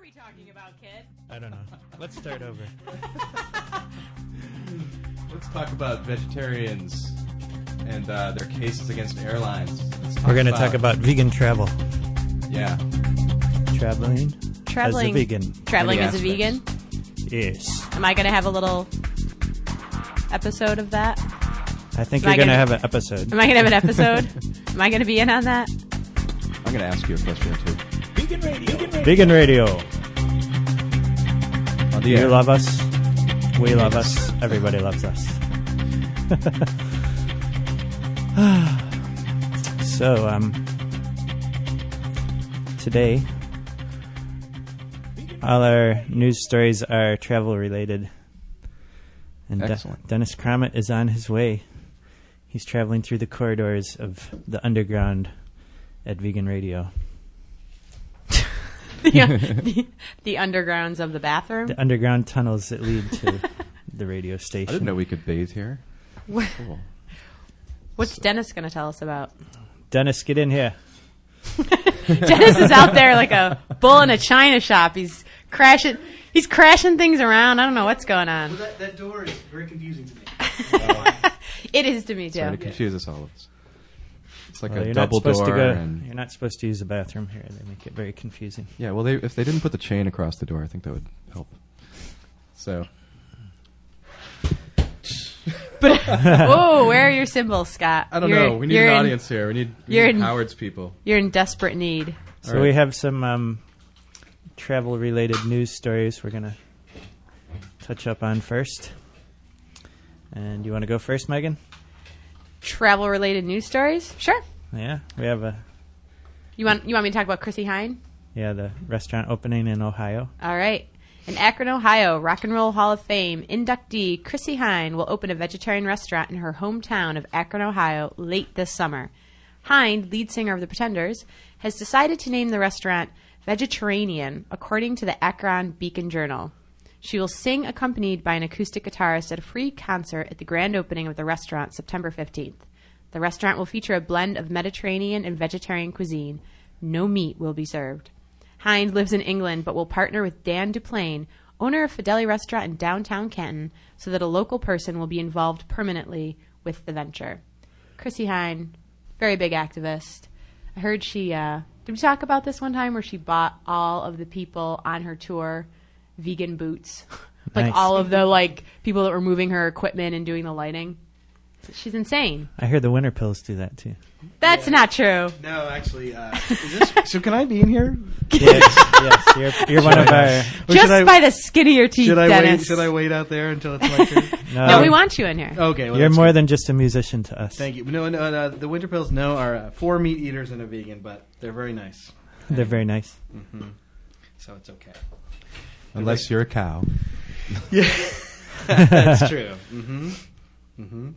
we talking about, kid? I don't know. Let's start over. Let's talk about vegetarians and uh, their cases against airlines. Let's We're going to talk about vegan travel. yeah. Traveling? Traveling. As a vegan. Traveling Many as a vegan. aspects. Yes. Am I going to have a little episode of that? I think Am I you're going gonna- to have an episode. Am I going to have an episode? Am I going to be in on that? I'm going to ask you a question or two Vegan radio. on the You air. love us. We love us. Everybody loves us. so, um, today, all our news stories are travel related. And De- Excellent. Dennis Cromit is on his way. He's traveling through the corridors of the underground at Vegan Radio. the, the undergrounds of the bathroom. The underground tunnels that lead to the radio I station. didn't know we could bathe here. Cool. What's Dennis going to tell us about? Dennis, get in here. Dennis is out there like a bull in a china shop. He's crashing. He's crashing things around. I don't know what's going on. That, that door is very confusing to me. It is to me Trying to too. confuse us all. It's, it's like Well, a you're double not supposed door. to go. and You're not supposed to use the bathroom here. They make it very confusing. Yeah, well, they, if they didn't put the chain across the door, I think that would help. So, Oh, where are your symbols, Scott? I don't You're- know. We need you're an in- audience here. We need, we you're need in- Howard's people. You're in desperate need. So All right. we have some um, travel-related news stories we're gonna touch up on first. And you want to go first, Megan? Travel related news stories. Sure. Yeah, we have a You want you want me to talk about Chrissy Hine? yeah the restaurant opening in Ohio. All right. In Akron, Ohio, Rock and Roll Hall of Fame inductee Chrissy Hine will open a vegetarian restaurant in her hometown of Akron, Ohio, late this summer. Hine, lead singer of The Pretenders, has decided to name the restaurant Vegetarian, according to the Akron Beacon Journal. She will sing accompanied by an acoustic guitarist at a free concert at the grand opening of the restaurant September 15th. The restaurant will feature a blend of Mediterranean and vegetarian cuisine. No meat will be served. Hind lives in England but will partner with Dan Duplain, owner of Fideli Restaurant in downtown Canton, so that a local person will be involved permanently with the venture. Chrissy Hine, very big activist. I heard she, uh, did we talk about this one time where she bought all of the people on her tour vegan boots? like Nice. all of the like people that were moving her equipment and doing the lighting. She's insane. I hear the winter pills do that too. That's not true. No, actually, uh, is this, so can I be in here? yes, yes, you're, you're one of our. Or Just should I, by the skin of your teeth, should I wait? Dennis. Should I Um, oh, wait out there until it's my turn? No, No, we want you in here. Okay, well, uh, You're that's more good. than just a musician to us. Thank you. No, no, no Uh, the winter pills. No, are uh, four meat eaters and a vegan, but they're very nice, They're very nice. so it's okay. unless you're a cow. That's true. Mm-hmm. Mm-hmm.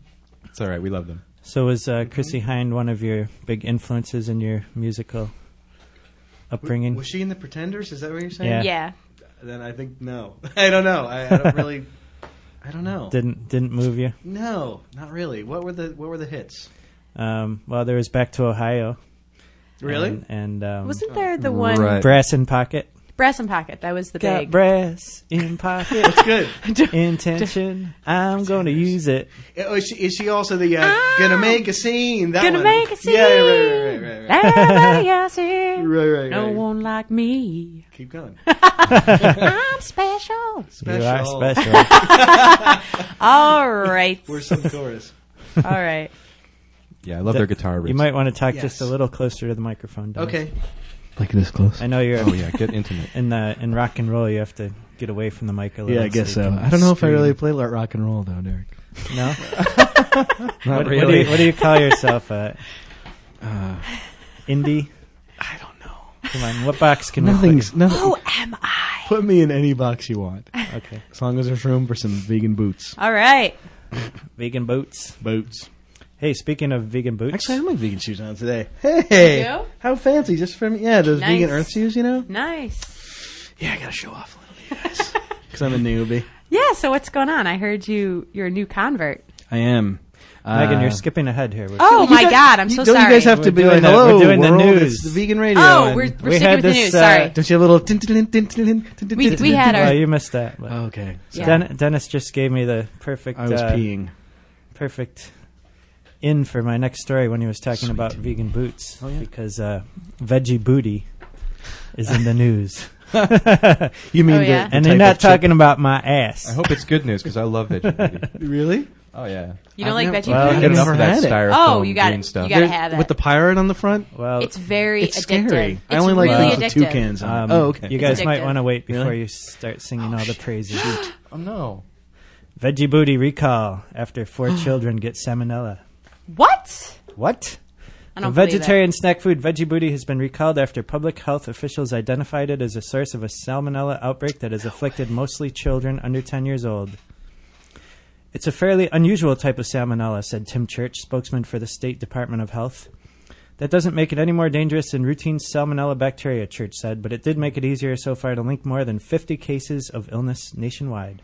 It's all right. We love them. So was uh, Chrissy Hind one of your big influences in your musical upbringing? Was she in the Pretenders? Is that what you're saying? Yeah. Yeah. Then I think no. I don't know. I, I don't really. I don't know. didn't didn't move you. no, not really. What were the What were the hits? Um, well, there was back to Ohio. Really? And, and um, Wasn't there the one Right. brass in pocket. brass and pocket? That was the Got big. brass in pocket. It's good. Uh, Intention. I'm gonna use it. Oh, is she, is she also the uh, Ah! gonna make a scene? That Gonna one. make a scene. Yeah, right, right, right, right, right. Everybody else here. Right, right, No right. one like me. Keep going. I'm special. Special. You are special. All right. We're some chorus. All right. Yeah, I love their guitar riffs. you might want to talk Yes. just a little closer to the microphone. Dennis. Okay. Like this close? I know you're Oh yeah, get intimate. in the in rock and roll. You have to get away from the mic a little. Yeah, I guess you so. can I don't know if I scream. really play like rock and roll though, Derek. No. Not what, what do really. you, what do you call yourself? Uh, uh, indie. I don't know. Come on. What box can Nothing's nothing. Who am I? Put me in any box you want, we? Put? Okay. as long as there's room for some vegan boots. All right. Vegan boots. Boots. Hey, speaking of vegan boots. Actually, I have my vegan shoes on today. Hey, You do? how fancy! Just from yeah, those Nice. vegan Earth shoes, you know. Nice. Yeah, I gotta show off a little, you guys, because I'm a newbie. Yeah. So what's going on? I heard you. You're a new convert. I am. Megan, Uh, you're skipping ahead here. We're- Oh You my guys- God, I'm you- so don't sorry. you guys have to We're be doing like, the- hello, we're doing the world, news. It's the vegan radio. Oh, and we're, we're We sticking had with the this, news. uh, Sorry. Don't you have a little? tin- tin- tin- tin- tin- tin- tin- We- tin- we had tin- our- Well, you missed that. But tin- Okay, Yeah. Den- Dennis just gave me the perfect Oh, I was uh, peeing. perfect in for my next story when he was talking Sweet. about vegan boots Oh, yeah. because uh, veggie booty is in the news, You mean Oh, yeah? the, the and they're type not of chip- talking about my I ass. hope it's good news because I love veggie. Really? oh yeah. You don't I've like never- veggie well, I booty? Uh, can I've get enough never of that had it. styrofoam Oh, you gotta- green stuff. you gotta They're- have it. with the pirate on the front. Well, It's very It's addictive. scary. It's I only like really things with addictive. toucans on. um, it. oh, okay. You guys It's might addictive. want to wait before Really? you start singing all the praises. oh no. veggie booty recall after four children get salmonella. What? What? I The don't believe it. vegetarian snack food Veggie Booty has been recalled after public health officials identified it as a source of a salmonella outbreak that has afflicted mostly children under 10 years old. It's a fairly unusual type of salmonella, said Tim Church, spokesman for the State Department of Health. That doesn't make it any more dangerous than routine salmonella bacteria, Church said, but it did make it easier so far to link more than 50 cases of illness nationwide,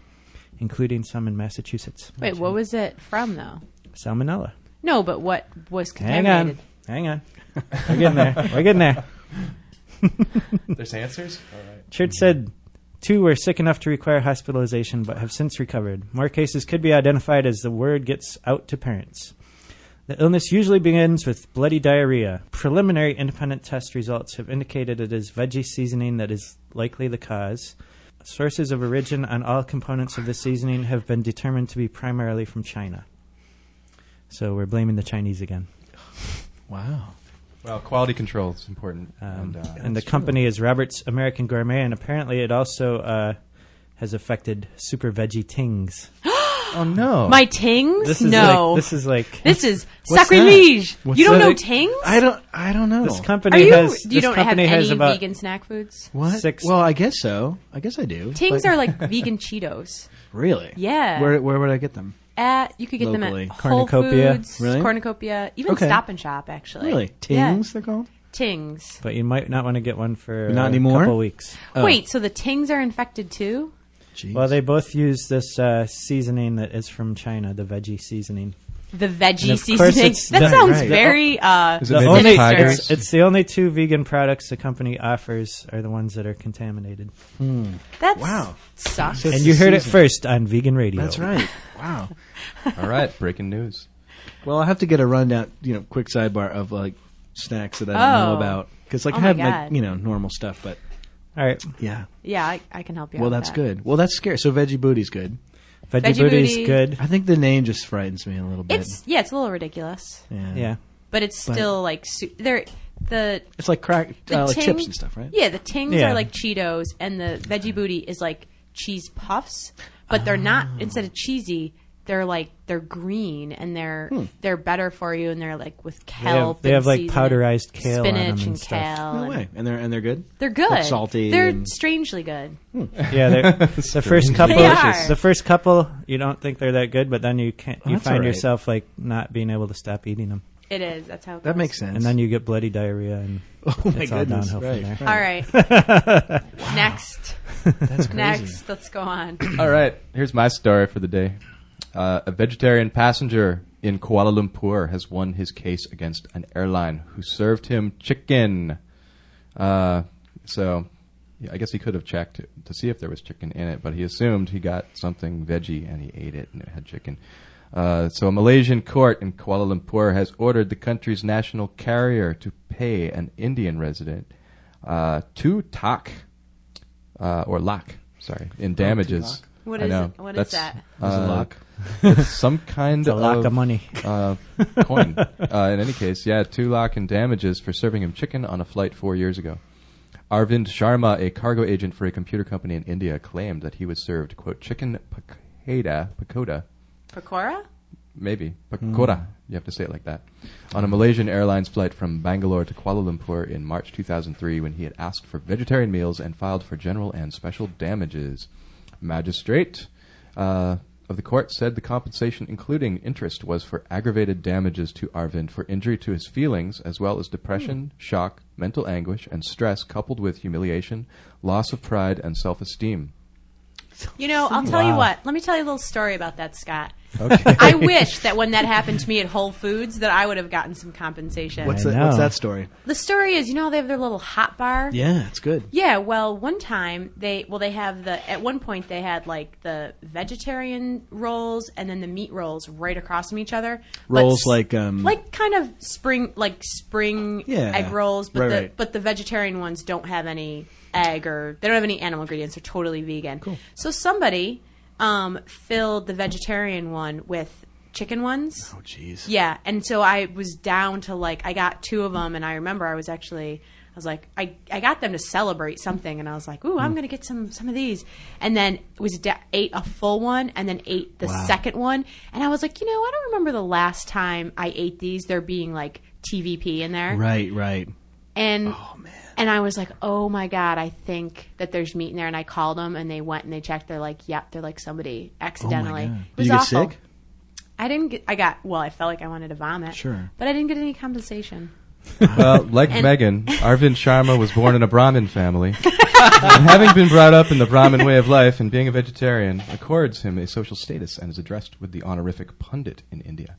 including some in Massachusetts. Wait, what was it from though? Salmonella. No, but what was Hang contaminated? on. Hang on. We're getting there. We're getting there. There's answers. All right. Church said two were sick enough to require hospitalization but have since recovered. More cases could be identified as the word gets out to parents. The illness usually begins with bloody diarrhea. Preliminary independent test results have indicated it is veggie seasoning that is likely the cause. Sources of origin on all components of the seasoning have been determined to be primarily from China. So we're blaming the Chinese again. Wow. Well, quality control is important. Um, and, uh, and the company is Roberts American Gourmet, and apparently it also uh, has affected Super Veggie Tings. Oh no. My tings? This is no. like this is like this, This is What's that? sacrilege. What's You don't that? know tings? I don't. I don't know. Are company you? has you this don't have company any has about vegan snack foods? what? six- Well, I guess so. I guess I do. Tings but- are like vegan Cheetos. really. Yeah. Where Where would I get them? At you could get Locally. them at Whole Cornucopia. Foods, Really? Cornucopia, even Okay. Stop and Shop actually. Really? Yeah. Tings they're called. Tings. but you might not want to get one for Not uh, anymore? a couple weeks. Oh. Wait, so the tings are infected too? Jeez. Well, they both use this uh, seasoning that is from China, the veggie seasoning. The And veggie of course seasoning. it's That done, sounds right. Oh. very uh Is it The made with only tigers? it's, it's the only two vegan products the company offers are the ones that are contaminated. that's Wow. sucks. So- It's and you the heard it seasoning. first on Vegan Radio. That's right. Wow. All right, breaking news. Well, I have to get a rundown. You know, quick sidebar of like snacks that I don't Oh. know about because like Oh I my have my God. you know normal stuff, but All right, yeah. yeah, I, I can help you well, out with that's that. good. Well, that's scary. So veggie booty's good. veggie, Veggie booty's Booty. good. I think the name just frightens me a little bit. It's yeah, it's a little ridiculous, yeah. Yeah. but it's But- still like su- they're the It's like crack, the uh, like ting- chips and stuff, right? Yeah, the tings Yeah. are like Cheetos, and the veggie booty is like cheese puffs, but they're Oh. not. Instead of cheesy, they're like they're green and they're they're better for you, and they're like with Hmm. They have- kelp. They have, and like seasoning. powderized kale on spinach them and, and stuff. kale. No and- way. And they're and they're good. They're good. Like salty They're and- strangely good. Yeah, they're, the first couple, They are. the first couple, you don't think they're that good, but then you can't. You that's find all right. yourself like not being able to stop eating them, It is. That's how it That goes. makes sense. and then you get bloody diarrhea, and oh my it's all goodness, downhill right, from there. All right. Next. That's crazy. Next. Let's go on. All right, here's my story for the day. Uh, a vegetarian passenger in Kuala Lumpur has won his case against an airline who served him chicken. Uh, so, yeah, I guess he could have checked to see if there was chicken in it, but he assumed he got something veggie and he ate it and it had chicken. Uh, so, a Malaysian court in Kuala Lumpur has ordered the country's national carrier to pay an Indian resident uh, two tak uh, or lakh, sorry, Oh, in damages. What I is know. it? What is That's, that? There's a uh, lock. it's some kind It's a of lot of money. uh, coin. Uh, in any case, yeah, two lakh in damages for serving him chicken on a flight four years ago. Arvind Sharma, a cargo agent for a computer company in India, claimed that he was served quote chicken pakoda, pakoda, Pakora? maybe pakoda. You have to say it like that. On a Malaysian Airlines flight from Bangalore to Kuala Lumpur in March 2003, when he had asked for vegetarian meals and filed for general and special damages, magistrate uh, of the court said the compensation, including interest, was for aggravated damages to Arvind for injury to his feelings, as well as depression, shock, mental anguish, and stress, coupled with humiliation, loss of pride, and self-esteem. You know, I'll tell you Wow. what. Let me tell you a little story about that, Scott. Okay. I wish that when that happened to me at Whole Foods, that I would have gotten some compensation. What's I that? What's know. that story? the story is, you know, they have their little hot bar. Yeah, it's good. Yeah, well, one time they well they have the at one point they had like the vegetarian rolls and then the meat rolls right across from each other. But Rolls s- like, um, like kind of spring like spring Yeah. egg rolls, but Right, the right. but the vegetarian ones don't have any egg or they don't have any animal ingredients. They're totally vegan. Cool. So somebody um, filled the vegetarian one with chicken ones. Oh, jeez. Yeah, and so I was down to like I got two of them, and I remember I was actually I was like I, I got them to celebrate something, and I was like, ooh, I'm gonna get some some of these, and then was da- ate a full one, and then ate the second one, and I was like, you know, I don't remember the last time I ate these. There being like TVP in there, Right, right. and and I was like, oh my god, I think that there's meat in there, and I called them, and they went and they checked. They're like, yep, they're like somebody accidentally. Oh God. It Did was you get awful. sick? I didn't get. I got. Well, I felt like I wanted to vomit. Sure. But I didn't get any compensation. Well, like Megan, Arvind Sharma was born in a Brahmin family. and having been brought up in the Brahmin way of life and being a vegetarian accords him a social status and is addressed with the honorific pundit in India.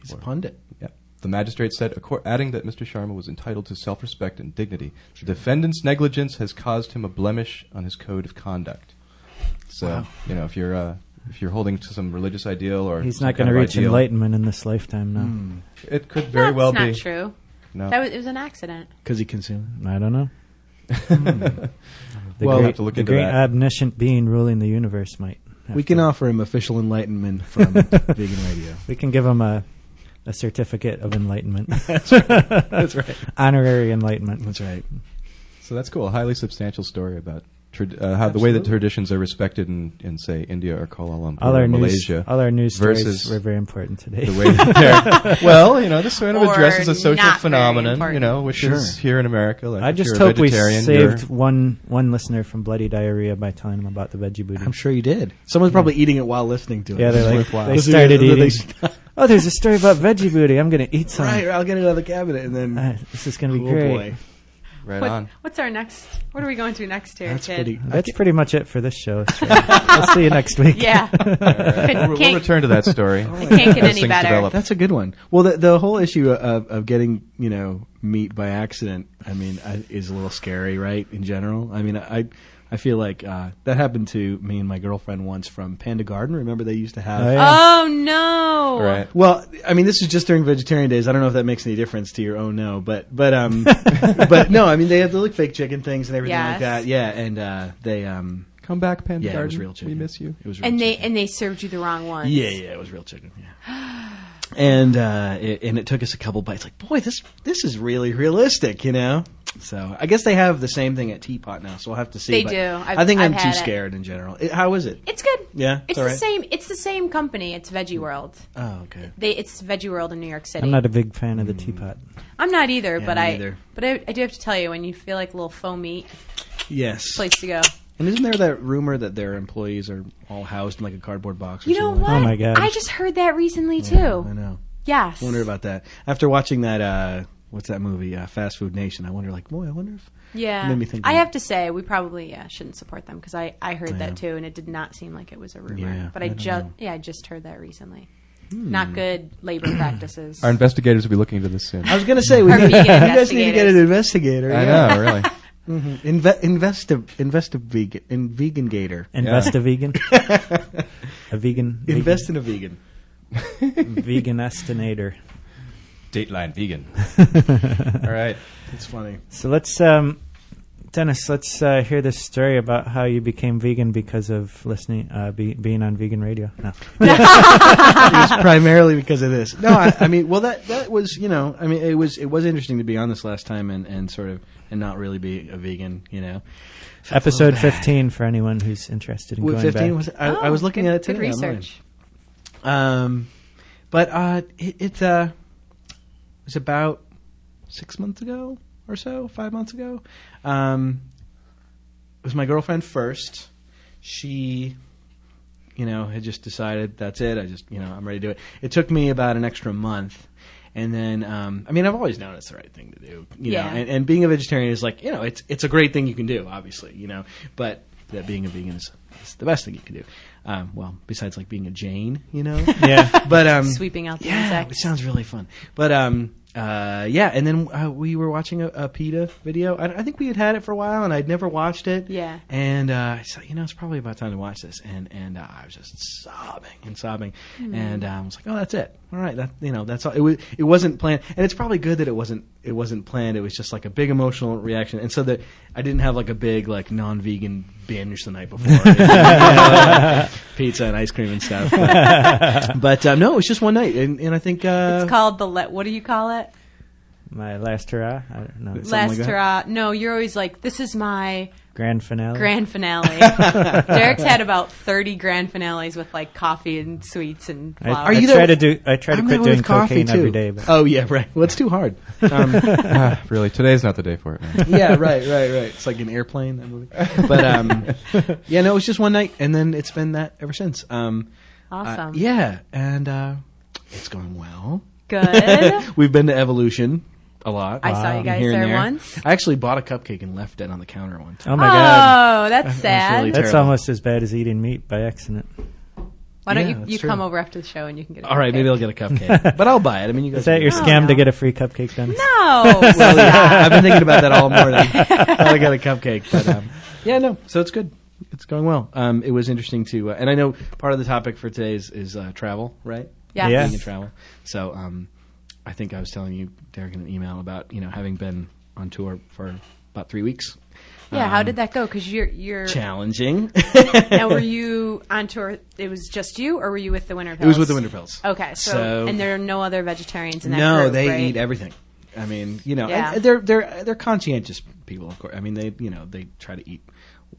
He's a pundit. Yep. The magistrate said, accor- adding that Mr. Sharma was entitled to self respect and dignity. The defendant's negligence has caused him a blemish on his code of conduct. So, you know, if you're. Uh, if you're holding to some religious ideal or He's some not kind going to of reach ideal, enlightenment in this lifetime, no. Hmm. It could very That's well not be. true. No. That was it was an accident. Because he consumed. I don't know. the Hmm. Well, great, we have to look the into great that. omniscient being ruling the universe might. have We can to- offer him official enlightenment from Vegan Radio. we can give him a a certificate of enlightenment. That's right. Honorary enlightenment. That's right. So that's cool. A highly substantial story about trad- uh, how the way that Absolutely. traditions are respected in, in say, India or Kuala Lumpur All or our Malaysia. news, all our news stories versus were very important today. the way that they're well, you know, this sort of Or addresses a social not very phenomenon, you important. know, which Sure. is here in America. Like I if just you're a hope we vegetarian, saved you're- one one listener from bloody diarrhea by telling him about the veggie booty. I'm sure you did. Someone's probably eating it while listening to it. yeah, It's they're like worthwhile. they started They- eating. they- oh, there's a story about veggie booty. I'm gonna eat some. right, I'll get it out of the cabinet and then. Uh, this is gonna be oh great. boy, right What- on. What's our next? What are we going to next here, that's kid? pretty. That's pretty much it for this show. It's really- we'll see you next week. Yeah. We'll, Could- we'll return to that story. It can't get As any things better. develop. That's a good one. Well, the, the whole issue of, of getting you know meat by accident, I mean, I, is a little scary, right? In general, I mean, I I feel like uh, that happened to me and my girlfriend once from Panda Garden. Remember, they used to have. Oh, yeah. Oh no! Right. Well, I mean, this is just during vegetarian days. I don't know if that makes any difference to your own no, but but um, but no, I mean, they have the like fake chicken things and everything Yes. like that. Yeah, and uh, they um, Come back, Panda yeah, it was Garden. real chicken. We miss you. It was real And they chicken. and they served you the wrong ones. Yeah, yeah, it was real chicken. Yeah. and uh, it, and it took us a couple bites. Like, boy, this this is really realistic, you know. So I guess they have the same thing at Teapot now. So we'll have to see. They but do. I've- I think I've am too had it. scared in general. It- how is it? It's good. Yeah, It's it's the alright. same. It's the same company. It's Veggie World. Oh, okay. They it's Veggie World in New York City. I'm not a big fan of the teapot. I'm not either. Yeah, but me I. neither. But I, I do have to tell you, when you feel like a little foamy, Yes. place to go. And isn't there that rumor that their employees are all housed in like a cardboard box? Or You know something what? Oh my gosh. I just heard that recently too. Like I know. Yes. I wonder about that. After watching that, uh, what's that movie? Uh, Fast Food Nation. I wonder, like, boy, I wonder if. Yeah. It made me think I about- have to say, we probably yeah, shouldn't support them because I, I heard Yeah. that too, and it did not seem like it was a rumor. Yeah, but I, I don't just know. Hmm. yeah, I just heard that recently. Not good labor practices. Our investigators will be looking into this soon. I was gonna say we Our need, you vegan guys need to get an investigator. I yeah. know, really. Mm-hmm. Inve- investi- investi- vegan, in vegan gator. Mm. Invest a vegan. a vegan. Invest in a vegan. vegan estinator. Dateline vegan. All right. It's funny. So let's, um, Dennis, let's uh, hear this story about how you became vegan because of listening, uh, be, being on vegan radio. No. It's primarily because of this. No, I, I mean, well, that that was you know, I mean, it was it was interesting to be on this last time and and sort of and not really be a vegan, you know. Episode 15 for anyone who's interested in What, going Fifteen back. was I, I Oh, was looking good- at it today. Good online. research. Um, but uh, it, it uh, was about six months ago or so, five months ago. Um, it was my girlfriend first. She, you know, had just decided that's it. I just, you know, I'm ready to do it. It took me about an extra month. And then, um, I mean, I've always known it's the right thing to do, you Yeah. know. And, and being a vegetarian is like, you know, it's it's a great thing you can do, obviously, you know. But that being a vegan is, is the best thing you can do. Um, well, besides like being a Jane, you know. Yeah. but um, Sweeping out the yeah, insects. It sounds really fun. But um, uh, yeah, and then uh, we were watching a, a PETA video. I, I think we had had it for a while, and I'd never watched it. Yeah. And uh, I said, you know, it's probably about time to watch this. And and uh, I was just sobbing and sobbing, Hmm. and um, I was like, oh, that's it. All right, that you know, that's all. It was. It wasn't planned, and it's probably good that it wasn't. It wasn't planned. It was just like a big emotional reaction, and so that I didn't have like a big like non-vegan binge the night before, you know, pizza and ice cream and stuff. But, but, um, no, it was just one night, and, and I think uh, It's called the let. What do you call it? My last hurrah. I don't know. Something Last like that. hurrah. No, you're always like, this is my Grand finale. grand finale. Derek's had about thirty grand finales with like coffee and sweets and I, flowers. I Are you try there- to do. I try to I'm quit that way doing with coffee, cocaine too. every day. But Oh yeah, right. Well, it's too hard. Um, Ah, really, today's not the day for it. Man. yeah, right, right, right. It's like an airplane that movie. But um, yeah, no, it was just one night, and then it's been that ever since. Um, uh, awesome. yeah, and uh, it's gone well. Good. We've been to Evolution a lot. I saw you guys Here and there once. I actually bought a cupcake and left it on the counter one time. oh my god, Oh, that's sad. really that's terrible. almost as bad as eating meat by accident. Why don't Yeah, you, that's you true. come over after the show and you can get it? All right, maybe I'll get a cupcake, but I'll buy it. I mean, you guys. Is that your Oh, scam to no. get a free cupcake done? No. Well, yeah, I've been thinking about that all morning. I got a cupcake, but um, yeah, no. So it's good. It's going well. Um, it was interesting to, uh, and I know part of the topic for today is, is uh, travel, right? Yes. Yeah. Being in travel. So um, I think I was telling you, Derek, in an email about you know having been on tour for about three weeks. Yeah, how did that go? Because you're you're Challenging. now were you on tour? It was just you, or were you with the Winter Pills? it was with the Winter Pills. Okay, so, So- and there are no other vegetarians in that no, group, they right? eat everything. I mean, you know, Yeah. and they're they're they're conscientious people, of course. I mean, they you know they try to eat,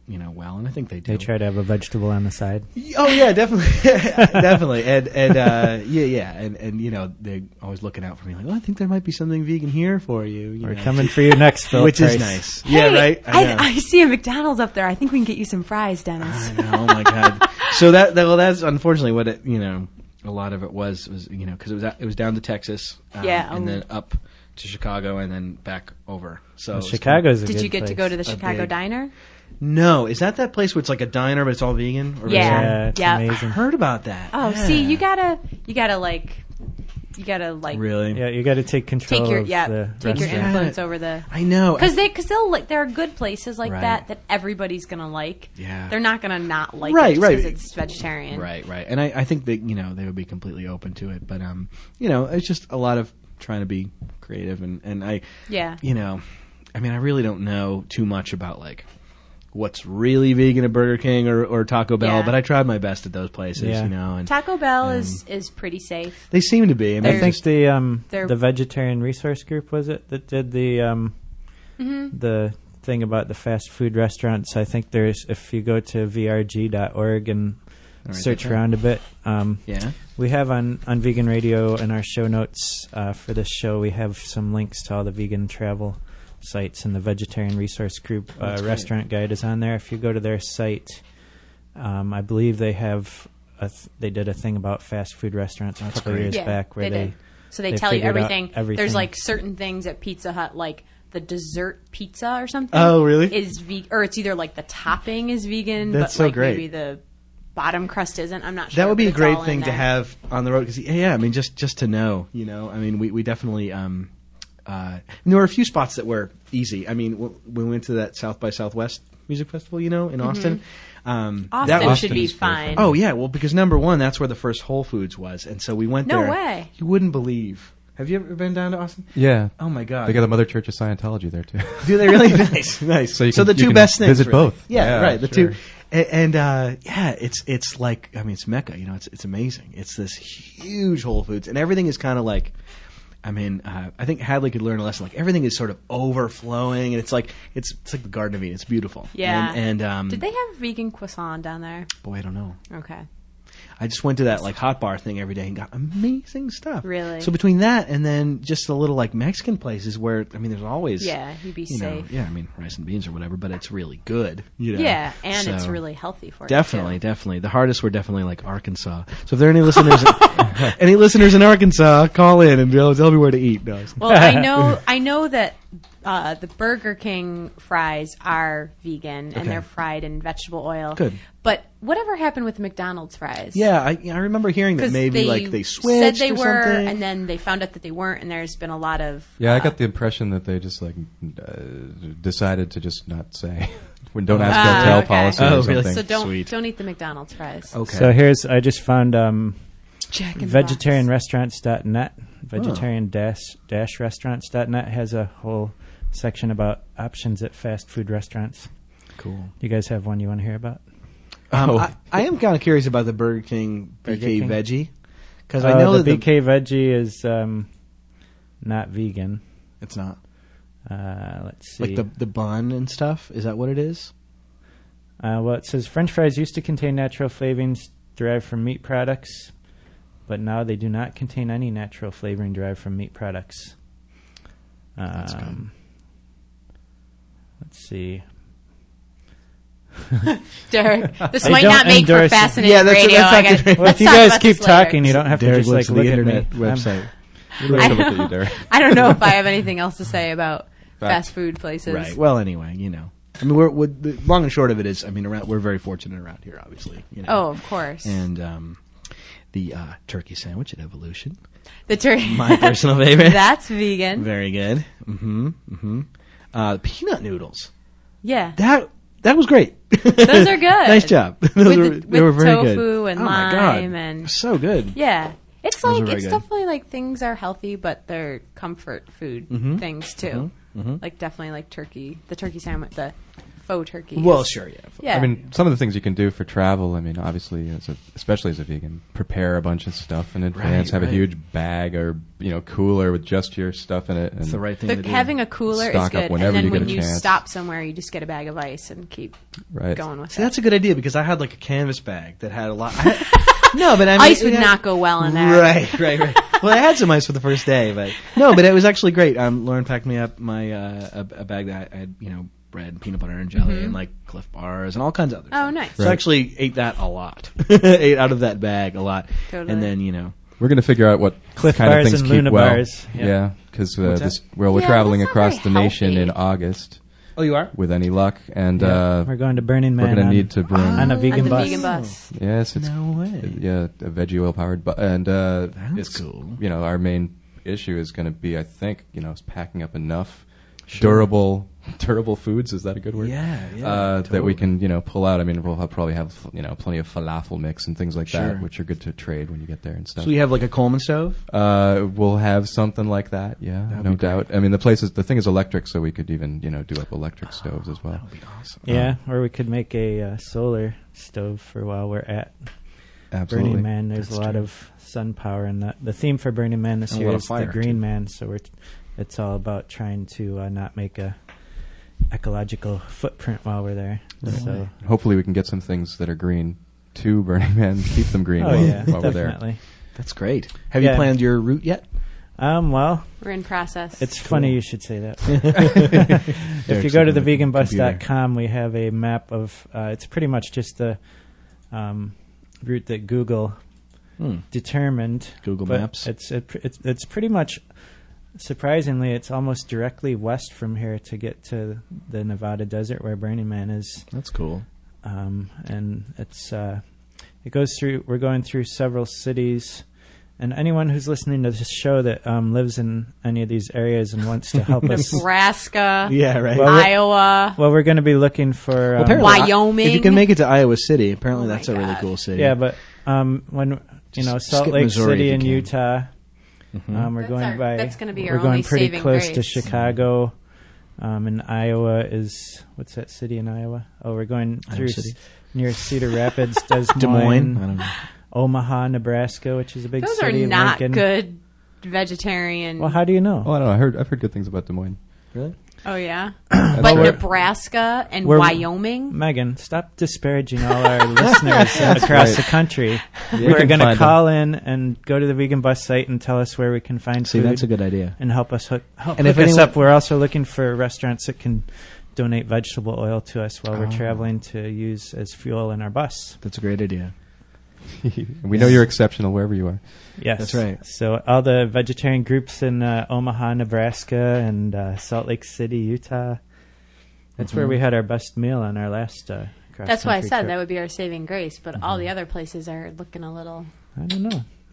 you know, well, and I think they do. They try to have a vegetable on the side. Oh yeah, definitely, definitely, and and uh, yeah, yeah, and and you know they're always looking out for me, like, oh, I think there might be something vegan here for you, you We're know. coming for you next, Phil. which is Price. nice. Hey, yeah, right. I, know. I see a McDonald's up there. I think we can get you some fries, Dennis. I know, oh my god. So that, that well, that's unfortunately what it you know a lot of it was was you know because it was out- it was down to Texas, um, Yeah, and oh. then up to Chicago and then back over. So Well, it was- Chicago's. A Did good you get to place. go to the Chicago big- Diner? No, is that that place where it's like a diner but it's all vegan? Or is Yeah. that- Yeah, it's Yeah. I amazing. heard about that. Oh, Yeah. see, you gotta you gotta like you gotta like really. Yeah, you got to take control take your of yeah the take your restaurant. restaurant. influence over the I know. because they because they'll like there are good places like Right. that that everybody's gonna like. Yeah. they're not gonna not like Right, it right. because it's vegetarian. Right, right. And I, I think that, you know, they would be completely open to it. But, um, you know, it's just a lot of trying to be creative. And, and I, Yeah. you know, I mean, I really don't know too much about, like, what's really vegan at Burger King or, or Taco Bell, Yeah. but I tried my best at those places, Yeah. you know. And Taco Bell is is pretty safe. they seem to be. I mean, I think just- the um they're- the vegetarian resource group was it that did the um Mm-hmm. the thing about the fast food restaurants. I think there's if you go to vrg.org and write search that down. around a bit. Um, yeah. we have on on Vegan Radio in our show notes uh, for this show. We have some links to all the vegan travel sites and the vegetarian resource group uh, That's great. restaurant guide is on there. If you go to their site, um, I believe they have a th- they did a thing about fast food restaurants a couple of great. years yeah, back where did. so they, they tell you figured out everything. everything. There's like certain things at Pizza Hut, like the dessert pizza or something. Oh, really? Is vegan, or it's either like the topping is vegan, That's but so like great. maybe the bottom crust isn't. I'm not sure. That would be but a it's all great in thing to there. have on the road because yeah, I mean just just to know, you know, I mean we we definitely um uh there were a few spots that were easy. I mean w- when we went to that South by Southwest music festival, you know, in Austin, um Mm-hmm. Austin that was should be Austin's fine. perfect. oh yeah, well because number one that's where the first Whole Foods was, and so we went No there. way. You wouldn't believe. Have you ever been down to Austin? Yeah, Oh my god! they got the Mother Church of Scientology there too. Do they really? nice, nice. So So, you the can- you two can best things. visit really. both. Yeah, Yeah, right. The sure. two, a- and uh, yeah, it's it's like I mean, it's Mecca. You know, it's it's amazing. It's this huge Whole Foods, and everything is kind of like. I mean, uh, I think Hadley could learn a lesson. Like everything is sort of overflowing, and it's like it's it's like the Garden of Eden. It's beautiful. Yeah. And, and um, Did they have vegan croissant down there? Boy, I don't know. Okay. I just went to that like hot bar thing every day and got amazing stuff. Really? So between that and then just the little like Mexican places where I mean, there's always Yeah, you'd be you know, safe. yeah, I mean rice and beans or whatever, but it's really good. You know? Yeah, and it's So, really healthy for you, too. Definitely, definitely. The hardest were definitely like Arkansas. So if there are any listeners, any listeners in Arkansas, call in and they'll tell me where to eat. No, it's- Well, I know I know that uh, the Burger King fries are vegan and they're fried in vegetable oil. Good. But whatever happened with McDonald's fries? Yeah, I, I remember hearing that 'Cause maybe like they switched said they or were, something. and then they found out that they weren't, and there's been a lot of Yeah, I uh, got the impression that they just like uh, decided to just not say. When don't ask, Ah, don't tell okay. policy Oh, or really? something. so don't Sweet. Oh, don't eat the McDonald's fries. okay. So here's I just found um, Jack in the Box. vegetarianrestaurants.net. Vegetarian dash dash restaurants.net has a whole section about options at fast food restaurants. cool. You guys have one you want to hear about? Um, Oh. I, I am kind of curious about the Burger King BK Burger King? veggie because Uh, I know the that the- BK veggie is um, not vegan. it's not Uh, let's see. like the the bun and stuff. Is that what it is? Uh, well, it says French fries used to contain natural flavorings derived from meat products, but now they do not contain any natural flavoring derived from meat products. Um, That's good. Let's see. Derek, this They might don't not make for endorse it. fascinating Yeah, that's- radio. that's not I gotta- good. Well, let's if you talk guys about keep this later. talking, you don't have to Derek just looks like at look the at me. internet website. I'm- I Look at you, don't- Derek. I don't know if I have anything else to say about Fact. fast food places. Right. Well, anyway, you know. I mean, we're, we the long and short of it is, I mean, around, we're very fortunate around here, obviously. You know? Oh, of course. and um, the uh, turkey sandwich at Evolution, the turkey. my personal favorite. That's vegan. very good. Mm-hmm. Mm-hmm. Uh, peanut noodles. Yeah. That that was great. Those are good. nice job. Those With were, the- with they were very good. tofu and oh my God. lime and- so good. Yeah. It's Those like are very it's good. definitely like things are healthy, but they're comfort food things too. Like definitely like turkey, the turkey sandwich, the faux turkey. is- Well, sure, yeah. yeah. I mean, some of the things you can do for travel. I mean, obviously, as a, especially as a vegan, prepare a bunch of stuff in advance. have right. a huge bag or you know cooler with just your stuff in it. And It's the right thing The- to do. having a cooler is Stock up good, and whenever then you get when a you chance. stop somewhere, you just get a bag of ice and keep right. going with it. See, that's a good idea because I had like a canvas bag that had a lot. I had- no, but I mean, ice it would had- not go well in there. Right, right, right. well, I had some ice for the first day, but no, but it was actually great. Um, Lauren packed me up my uh, a, a bag that I had, you know, bread, peanut butter, and jelly, and like Cliff bars and all kinds of other. Mm-hmm. Oh, stuff. nice. So I actually ate that a lot. ate out of that bag a lot, Totally. and then you know, We're going to figure out what Cliff kind bars of things and keep Luna well. bars. Yeah. Yeah, because uh, What's this that? well, we're Yeah, traveling that's not across the very nation in healthy. August oh, you are. with any luck, and Yeah. uh, we're going to Burning Man. we're going to on- need to bring. on a On vegan the bus. vegan bus. yes, it's No way. yeah, a veggie oil powered, but and uh, That's it's cool. You know, our main issue is going to be, I think, you know, is packing up enough durable, durable foods. Is that a good word? Yeah, yeah, uh, That we totally. can, you know, pull out. I mean, we'll have, probably have, you know, plenty of falafel mix and things like Sure. that, which are good to trade when you get there and stuff. So you have like a Coleman stove. Uh, we'll have something like that. Yeah, That'd no be great. doubt. I mean, the place is the thing is electric, so we could even you know do up electric stoves as well. Ah, That would be awesome. Yeah, or we could make a uh, solar stove for while we're at Uh, Absolutely. Burning Man. There's That's a lot true. of sun power, and the the theme for Burning Man this And a year lot of is fire, the Green too. Man. So we're t- it's all about trying to uh, not make a ecological footprint while we're there. So Hopefully, we can get some things that are green to Burning Man. Keep them green oh while, yeah, while we're there. definitely. That's great. Have Yeah. you planned your route yet? Um, well, We're in process. it's funny you should say that. if you Derek's go to looking the at the computer. veganbus.com, we have a map of. Uh, it's pretty much just the um, route that Google Hmm. determined. Google but Maps. It's it, pr- it's it's pretty much surprisingly, it's almost directly west from here to get to the Nevada desert where Burning Man is, That's cool. um, and it's uh, it goes through. We're going through several cities. And anyone who's listening to this show that um, lives in any of these areas and wants to help us, Nebraska, Yeah, right. Well, we're- Iowa. well, we're going to be looking for. Um, apparently, I- Wyoming. If you can make it to Iowa City, apparently Oh my that's a really God. cool city. Yeah, but um, when you Just know Salt skip Lake Missouri City if you and can. Mm-hmm. Utah, um, we're That's going our- by. that's gonna be our we're going only pretty saving close to grace. Chicago, um, and Iowa is what's that city in Iowa? Oh, we're going Iowa through City. s- near Cedar Rapids, Des Moines, Des Moines. I don't know. Omaha, Nebraska, which is a big Those are city. not Lincoln. good vegetarian. Well, how do you know? Oh, I don't know. I heard I've heard good things about Des Moines. Really? oh yeah, That's but where- Nebraska and we're- Wyoming. Megan, stop disparaging all our listeners across right. the country. Yeah. We're can going to find call in and go to the vegan bus site and tell us where we can find See, food. that's a good idea. and help us hook, help And hook if us anyone- up. We're also looking for restaurants that can donate vegetable oil to us while we're Oh. traveling to use as fuel in our bus. That's a great idea. we know you're exceptional wherever you are. Yes, That's right. So all the vegetarian groups in uh, Omaha, Nebraska, and uh, Salt Lake City, Utah. That's Mm-hmm. where we had our best meal on our last. Uh, That's why I said that would be our saving grace, but all Mm-hmm. the other places are looking a little. I don't know.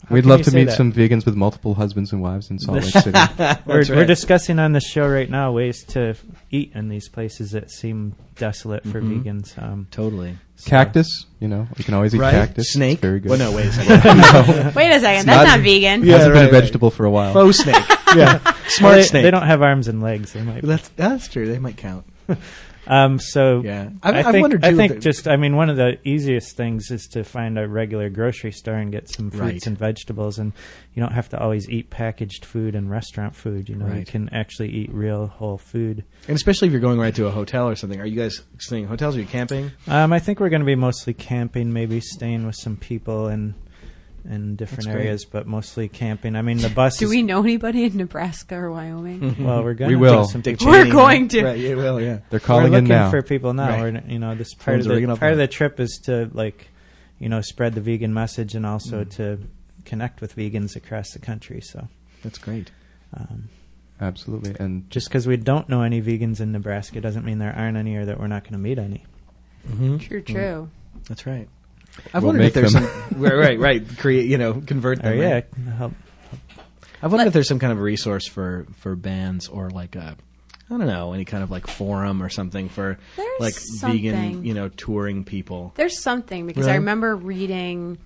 How We'd can love you to say meet that? some vegans with multiple husbands and wives in Salt Lake City. We're, That's we're right. discussing on the show right now ways to f- eat in these places that seem desolate for Mhm. vegans. Um, Totally. so- Cactus, you know, you can always eat Right? cactus. It's Snake? very good. Well, no, wait a second. Wait a second, that's not- not vegan. It hasn't Yeah, been right, a right. vegetable for a while. Faux snake. Yeah. Well, Smart they, snake. they don't have arms and legs. They might. That's that's true. They might count. Um, so Yeah. I, I've, I've think, wondered too. I think if- just, I mean, one of the easiest things is to find a regular grocery store and get some fruits Right. and vegetables, and you don't have to always eat packaged food and restaurant food. You know, you Right. can actually eat real whole food. and especially if you're going right to a hotel or something. Are you guys staying in hotels? Are you camping? Um, I think we're going to be mostly camping, maybe staying with some people and in different That's great. areas, but mostly camping. I mean, the bus. Do is, we know anybody in Nebraska or Wyoming? Well, we're going. We will. Some Dick We're Cheney, going right? to. Right, yeah, well, yeah. They're calling we're in looking now. for people now. Right. We're, you know, this part Phones of are ringing the off part of the- the trip is to like, you know, spread the vegan message and also Mm. to connect with vegans across the country. So That's great. um, Absolutely. And just because we don't know any vegans in Nebraska doesn't mean there aren't any or that we're not going to meet any. Mm-hmm. True, true. That's right. I've We'll wondered if make there's them. some right, right, right. Create, you know, convert Or them. Oh, yeah, right? help. I've wondered if there's some kind of resource for for bands or like a, I don't know, any kind of like forum or something for There's like vegan, something. you know, touring people. There's something because I Really? remember reading.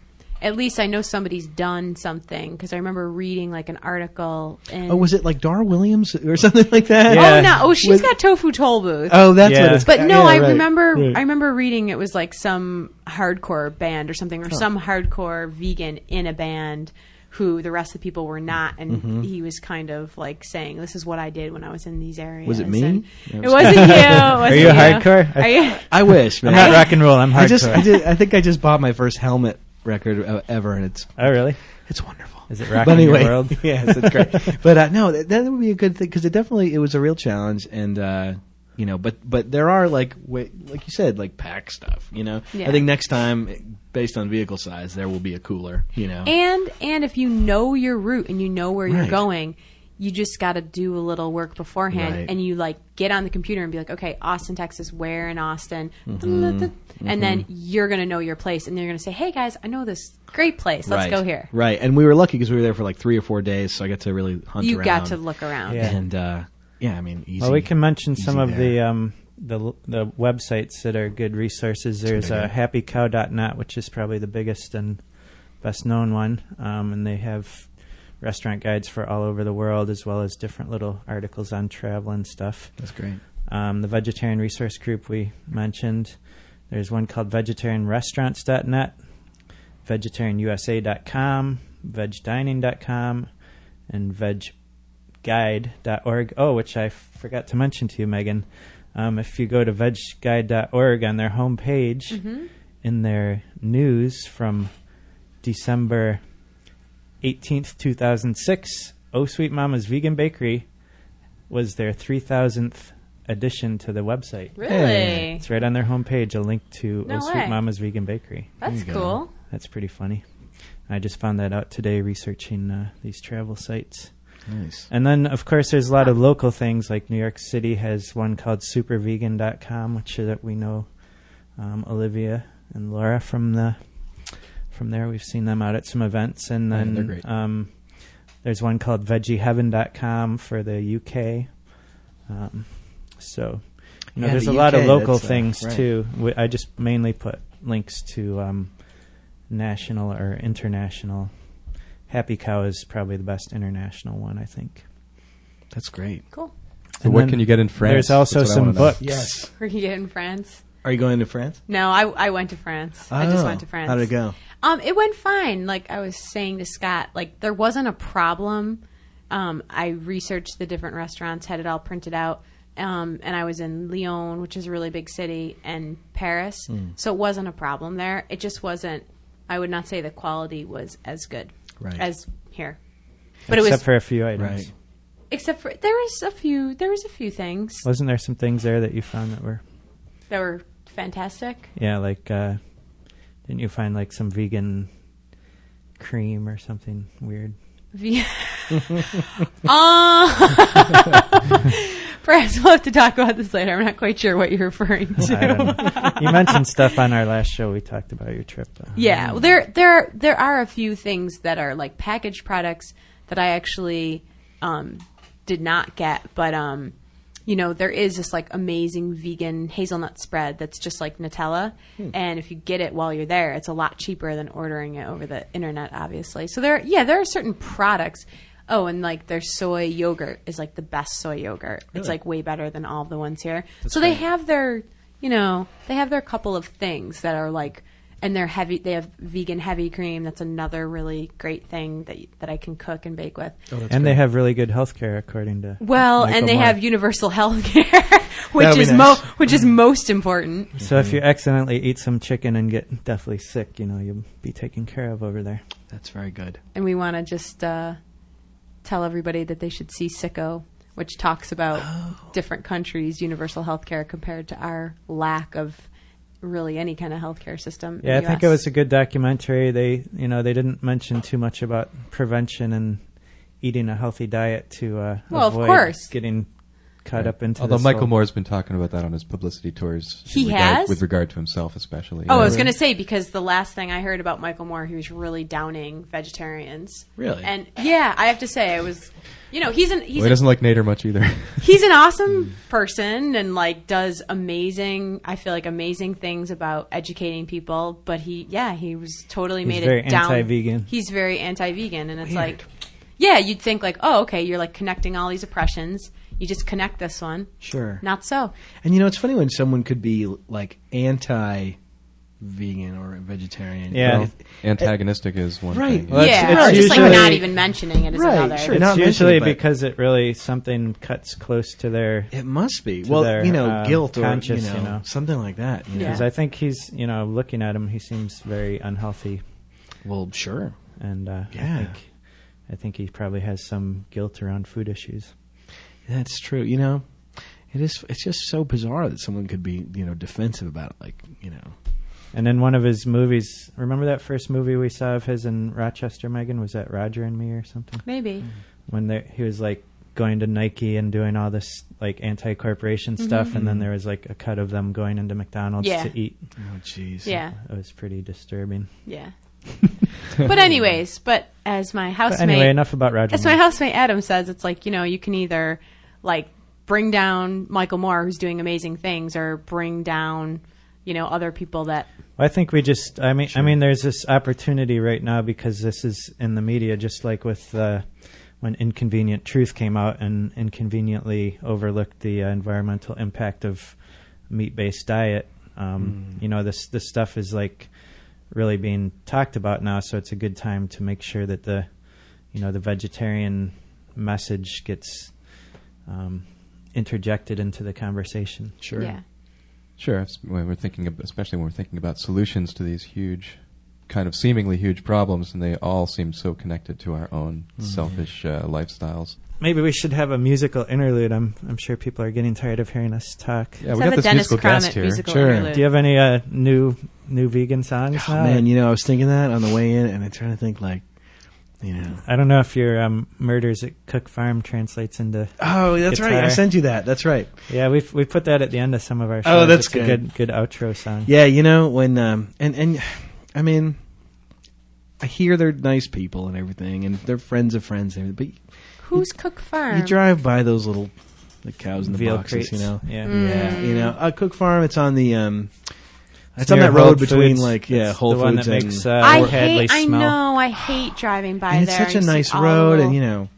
At least I know somebody's done something because I remember reading like an article. And, Oh, was it like Dar Williams or something like that? Yeah. Oh no! Oh, she's Was- got tofu toll booth. Oh, that's Yeah. what it's. But no, yeah, I right, remember right. I remember reading it was like some hardcore band or something, or some hardcore vegan in a band who the rest of the people were not, and he was kind of like saying, "This is what I did when I was in these areas." Mm-hmm. Was it me? and- That it was- wasn't you. It wasn't you hardcore? Are you? I wish. I'm Man. not rock and roll. I'm hardcore. I just, I just, I think I just bought my first helmet record uh, ever, and it's oh really? it's wonderful. Is it rock but and anyway, your world? yes, it's great. but uh, no, that, that would be a good thing because it definitely it was a real challenge, and uh, you know, but but there are like wa like you said, like pack stuff. You know, Yeah. I think next time, based on vehicle size, there will be a cooler. You know, And and if you know your route and you know where you're Right. going, you just got to do a little work beforehand, Right. and you like get on the computer and be like, okay, Austin, Texas, where in Austin, Mm-hmm. and then you're gonna know your place, and then you're gonna say, hey guys, I know this great place, let's right. go here. Right, and we were lucky because we were there for like three or four days, so I got to really hunt. You around. got to look around. Yeah. and uh, yeah, I mean, easy. Well, we can mention some easy of the there. um, the the websites that are good resources. There's uh, happycow.net, which is probably the biggest and best known one, um, and they have restaurant guides for all over the world, as well as different little articles on travel and stuff. That's great. Um, the vegetarian resource group we mentioned. There's one called vegetarianrestaurants.net, vegetarianusa.com, vegdining.com, and vegguide.org. Oh, which I forgot to mention to you, Megan. Um, if you go to vegguide.org on their homepage, Mm-hmm. in their news from December 18th, 2006, Oh Sweet Mama's Vegan Bakery was their 3000th addition to the website. Really? Hey. It's right on their homepage, a link to No Oh Sweet way. Mama's Vegan Bakery. That's There you go. cool. That's pretty funny. I just found that out today researching uh, these travel sites. Nice. And then, of course, there's a lot of local things. Like New York City has one called SuperVegan.com, which is that we know um, Olivia and Laura from the from there. We've seen them out at some events, and Oh, yeah, then they're great. Um, there's one called VeggieHeaven.com for the UK. Um, so, you know, Yeah, there's the a lot of UK, local that's, uh, things right. too. We, I just mainly put links to um, national or international. Happy Cow is probably the best international one, I think. That's great. Cool. So And what then can you get in France? There's also That's what I some wanna know. books. Were you in France? Are you going to France? No, I, I went to France. I just Oh, went to France. How'd it go? Um, it went fine. Like I was saying to Scott, like there wasn't a problem. Um, I researched the different restaurants, had it all printed out, um, and I was in Lyon, which is a really big city, and Paris, Hmm. so it wasn't a problem there. It just wasn't. I would not say the quality was as good Right. as here, but except it was for a few items. Right. except for there was a few there was a few things Wasn't there some things there that you found that were that were fantastic. yeah, like uh, Didn't you find like some vegan cream or something weird? Yeah. uh, perhaps we'll have to talk about this later. I'm not quite sure what you're referring to. I don't know. you mentioned stuff on our last show. We talked about your trip. Though. Um, Yeah, well, there there there are a few things that are like packaged products that I actually um, did not get, but um, you know there is this like amazing vegan hazelnut spread that's just like Nutella, and if you get it while you're there, it's a lot cheaper than ordering it over the internet, obviously. So there, yeah, there are certain products. Oh, and like their soy yogurt is like the best soy yogurt. It's like way better than all the ones here. so they have their, you know, they have their couple of things that are like and they're heavy. They have vegan heavy cream. That's another really great thing that that I can cook and bake with. and they have really good health care, according to. well, Michael and they Moore. have universal health care, which That'll be is nice. mo- which Mm-hmm. is most important. So if you accidentally eat some chicken and get deathly sick, you know you'll be taken care of over there. That's very good. And we want to just uh, tell everybody that they should see Sicko, which talks about Oh. different countries' universal health care compared to our lack of really any kind of health care system. in Yeah, I the think it US. was a good documentary. They, you know, they didn't mention too much about prevention and eating a healthy diet to uh, Well, of avoid course. getting caught up into. Although this Michael whole- Moore's been talking about that on his publicity tours, in He regard- has? with regard to himself especially. Oh, I Yeah. was going to say because the last thing I heard about Michael Moore, he was really downing vegetarians. Really? And yeah, I have to say, I was, you know, he's an he's well, he an, doesn't like Nader much either. he's an awesome person and like does amazing. I feel like amazing things about educating people. But he, yeah, he was totally made very it down. anti-vegan. He's very anti-vegan, and it's Weird. like, yeah, you'd think like, oh, okay, you're like connecting all these oppressions. You just connect this one. Sure. Not so. And you know, it's funny when someone could be like anti-vegan or vegetarian. Yeah. Like, Antagonistic is one Right. thing. Well, it's- yeah, it's or just like usually- not even mentioning it is Right, another. sure. It's Not usually mentioned, but- because it really something cuts close to their. It must be. To well, their, you know, um, guilt or conscious, you, know, you know. something like that. you know. Yeah. Because I think he's, you know, looking at him, he seems very unhealthy, Well, sure. and uh, Yeah. I think, I think he probably has some guilt around food issues. That's true. You know, it is. It's just so bizarre that someone could be you know defensive about it. Like you know, And in one of his movies, remember that first movie we saw of his in Rochester, Megan? Was that Roger and Me or something? Maybe. When there, he was like going to Nike and doing all this like anti-corporation stuff, and then there was like a cut of them going into McDonald's Mm-hmm. Yeah. to eat. oh jeez. Yeah, It was pretty disturbing. yeah. but anyways, but as my But housemate, anyway, enough about Roger. as my Moore. housemate Adam says, it's like you know you can either like bring down Michael Moore who's doing amazing things, or bring down you know other people that I think we just. I mean, I mean, there's this opportunity right now because this is in the media, just like with uh, when Inconvenient Truth came out and inconveniently overlooked the uh, environmental impact of meat-based diet. Um, You know, this this stuff is like really being talked about now, so it's a good time to make sure that the you know the vegetarian message gets um, interjected into the conversation. Sure. yeah Sure, it's- when we're thinking, ab- especially when we're thinking about solutions to these huge, kind of seemingly huge problems, and they all seem so connected to our own Mm-hmm. selfish uh, lifestyles. Maybe we should have a musical interlude. I'm I'm sure people are getting tired of hearing us talk. Yeah, Let's have we got a this Dennis musical guest Cromit here. musical Sure. interlude. Do you have any uh, new new vegan songs? Oh, now? man, you know, I was thinking that on the way in, and I'm trying to think like, you know. I don't know if your um, murders at Cook Farm translates into. Oh, that's right. I Guitar. sent you that. That's right. Yeah, we we put that at the end of some of our. shows. Oh, that's It's a good. good. Good outro song. Yeah, you know when um and and I mean I hear they're nice people and everything and they're friends of friends and everything, Who's Cook but Farm? you drive by those little the cows in the Veal boxes, you crates. know. Yeah. Mm. Yeah, you know, uh, Cook Farm it's on the um it's, It's on near that road Whole between Foods. like yeah, It's Whole the Foods one that and, makes uh, I Hadley hate. I smell. know. I hate driving by and it's there. such a You see nice all the road little- and you know,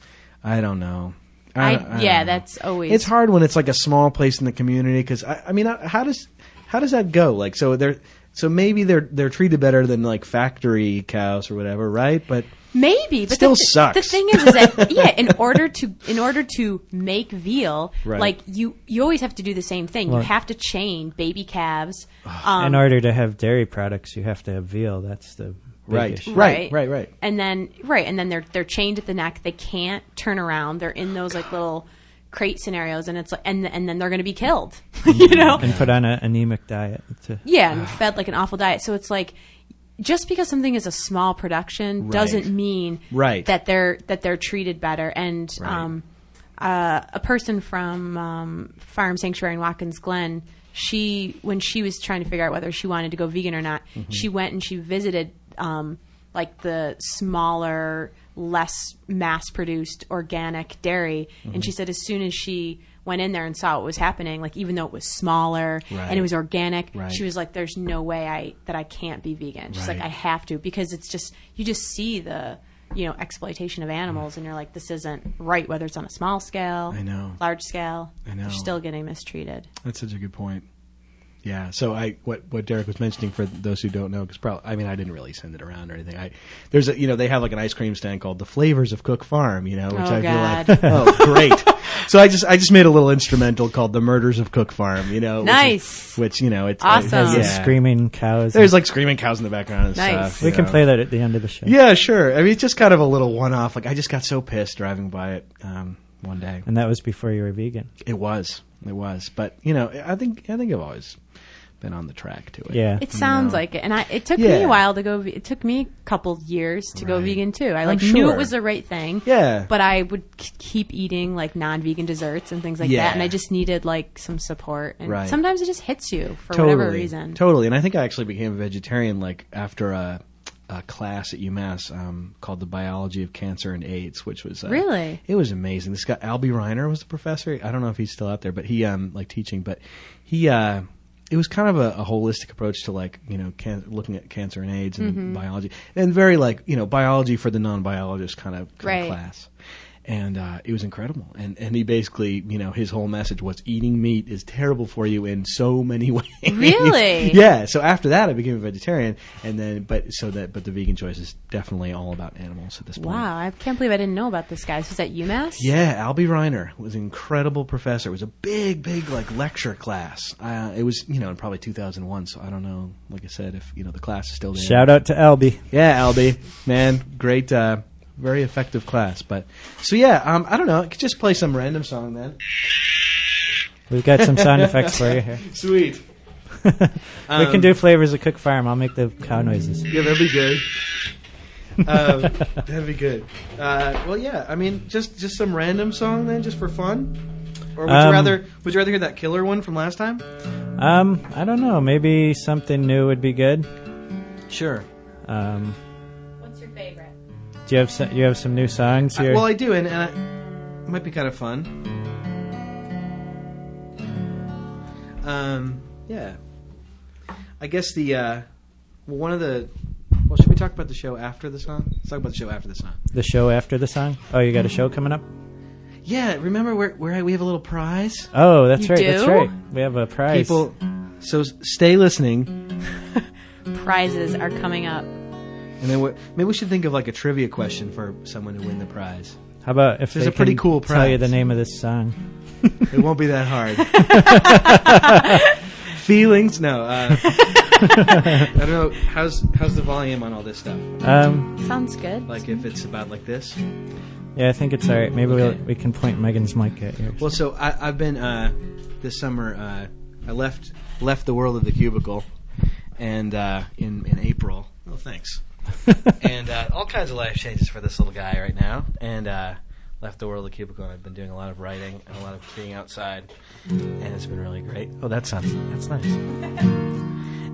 I don't know. I, don't- I I, don't yeah, know. that's always It's hard when it's like a small place in the community because I, I mean, I- how does how does that go? Like, so they're so maybe they're they're treated better than like factory cows or whatever, right? But Maybe, but Still the, thi- sucks. The thing is, is that yeah, in order to in order to make veal, Right. like you you always have to do the same thing. You have to chain baby calves. Um, In order to have dairy products, you have to have veal. That's the big right, issue. right, right, right. and then right, and then they're they're chained at the neck. They can't turn around. They're in those like little crate scenarios, and it's like and and then they're going to be killed. you know, And put on an anemic diet. To, Yeah, and fed like an awful diet. So it's like just because something is a small production Right. doesn't mean Right. that they're that they're treated better. And Right. um, uh, a person from um, Farm Sanctuary in Watkins Glen, she when she was trying to figure out whether she wanted to go vegan or not, Mm-hmm. she went and she visited um, like the smaller, less mass-produced organic dairy, Mm-hmm. and she said as soon as she went in there and saw what was happening, like even though it was smaller and Right. it was organic, Right. she was like, "There's no way I that I can't be vegan." She's like, Right. "I have to because it's just you just see the you know exploitation of animals, and you're like, this isn't right. Whether it's on a small scale, I know. large scale, I know. they're still getting mistreated. That's such a good point. Yeah. So I what what Derek was mentioning for those who don't know because probably I mean I didn't really send it around or anything. I there's a you know they have like an ice cream stand called the Flavors of Cook Farm. You know which Oh, I God. feel like oh great. So I just I just made a little instrumental called the Murders of Cook Farm. You know which is- Nice. which, you know it's Awesome. yeah. The screaming cows. There's like screaming cows in the background and Nice. stuff. we you can know. play that at the end of the show. Yeah, sure. I mean, it's just kind of a little one-off. Like I just got so pissed driving by it um, one day. And that was before you were vegan. It was, it was. But you know, I think I think I've always been on the track to it. Yeah. It sounds like it, and I it took me Yeah. a while to go. ve- It took me a couple years to go Right. vegan too. I I'm like knew sure. it was the right thing. Yeah. But I would k- keep eating like non-vegan desserts and things like Yeah. that, and I just needed like some support. And Right. sometimes it just hits you for totally, whatever reason. totally. And I think I actually became a vegetarian like after a, a class at UMass um, called the Biology of Cancer and AIDS, which was uh, Really? it was amazing. This guy Albie Reiner was the professor. I don't know if he's still out there, but he um like teaching, but he uh it was kind of a, a holistic approach to like you know can, looking at cancer and AIDS and Mm-hmm. biology, and very like you know biology for the non-biologist kind of, kind Right. of class. And uh, it was incredible, and and he basically, you know, his whole message was eating meat is terrible for you in so many ways. Really? yeah. So after that, I became a vegetarian, and then but so that but the vegan choice is definitely all about animals at this point. Wow, I can't believe I didn't know about this guy. This was at UMass. Yeah, Albie Reiner was an incredible professor. It was a big, big like lecture class. Uh, it was you know in probably 2001, so I don't know. Like I said, if you know the class is still there. Shout out to Albie. Yeah, Albie, man, great, uh, very effective class. But so yeah, um, I don't know. I could just play some random song then. We've got some sound effects for you here. Sweet. we Um, can do flavors of Cook Farm. I'll make the cow noises. Yeah, that'd be good. um, that'd be good. Uh, well, yeah. I mean, just just some random song then, just for fun. Or would you Um, rather? Would you rather hear that killer one from last time? Um, I don't know. Maybe something new would be good. Sure. Um, What's your favorite? do you have some, you have some new songs I- here? well, I do, and, and I, it might be kind of fun. Um, yeah. I guess the uh, well, one of the well, should we talk about the show after the song? Let's talk about the show after the song. the show after the song. Oh, you got a show coming up? Mm-hmm. Yeah, remember where where we have a little prize. Oh, that's You right. That's do? right. We have a prize. People, so s- stay listening, Prizes are coming up. and then we, maybe we should think of like a trivia question for someone to win the prize. How about if There's they a pretty can cool Tell you prize. the name of this song. It won't be that hard. Feelings? No. Uh, I don't know. How's how's the volume on all this stuff? Um, Sounds good. Like if it's about like this. yeah, I think it's all right. Maybe Okay. we'll, we can point Megan's mic at you. Well, so I, I've been uh, this summer. Uh, I left left the world of the cubicle, and uh, in in April. Oh, thanks. and uh, all kinds of life changes for this little guy right now. And uh, left the world of the cubicle, and I've been doing a lot of writing and a lot of being outside, and it's been really great. Oh, that sounds that's nice.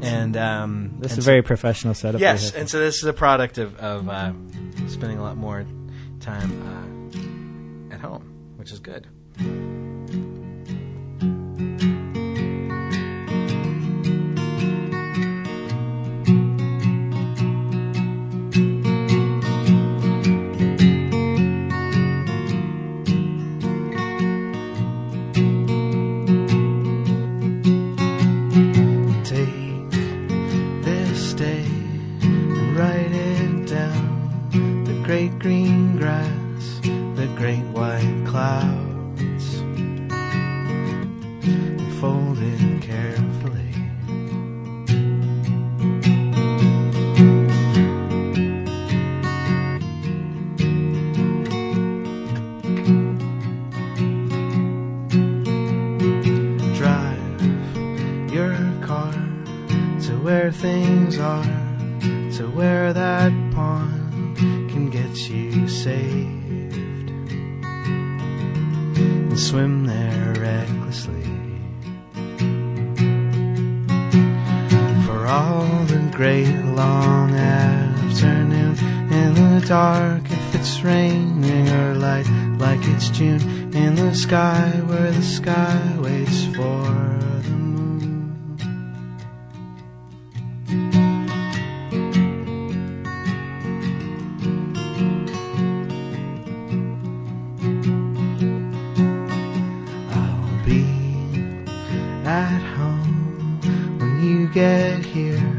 and um, This is and a so- very professional setup. we Yes, have. and so this is a product of, of uh, spending a lot more time uh, at home, which is good. Take this day and write it down. The great green grass, the great white clouds. Fold it carefully. Drive your car to where things are So where that pond can get you saved. And swim there recklessly. For all the great long afternoon in the dark if it's raining or light like it's June in the sky where the sky waits for the moon. I'll be at home when you get here.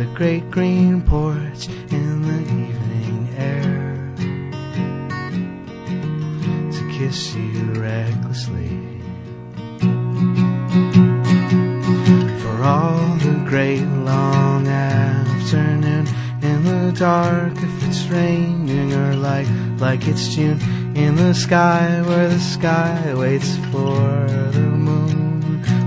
The great green porch in the evening air to kiss you recklessly. For all the great long afternoon in the dark, if it's raining or like like it's June in the sky where the sky waits for the moon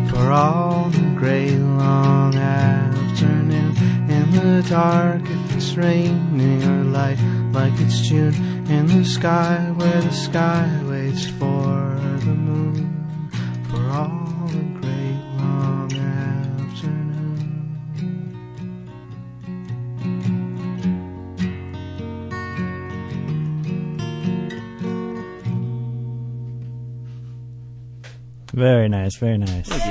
for all the great long afternoon in the dark if it's raining or light like it's June in the sky where the sky waits for the moon for all the great long afternoon Very nice, very nice. Thank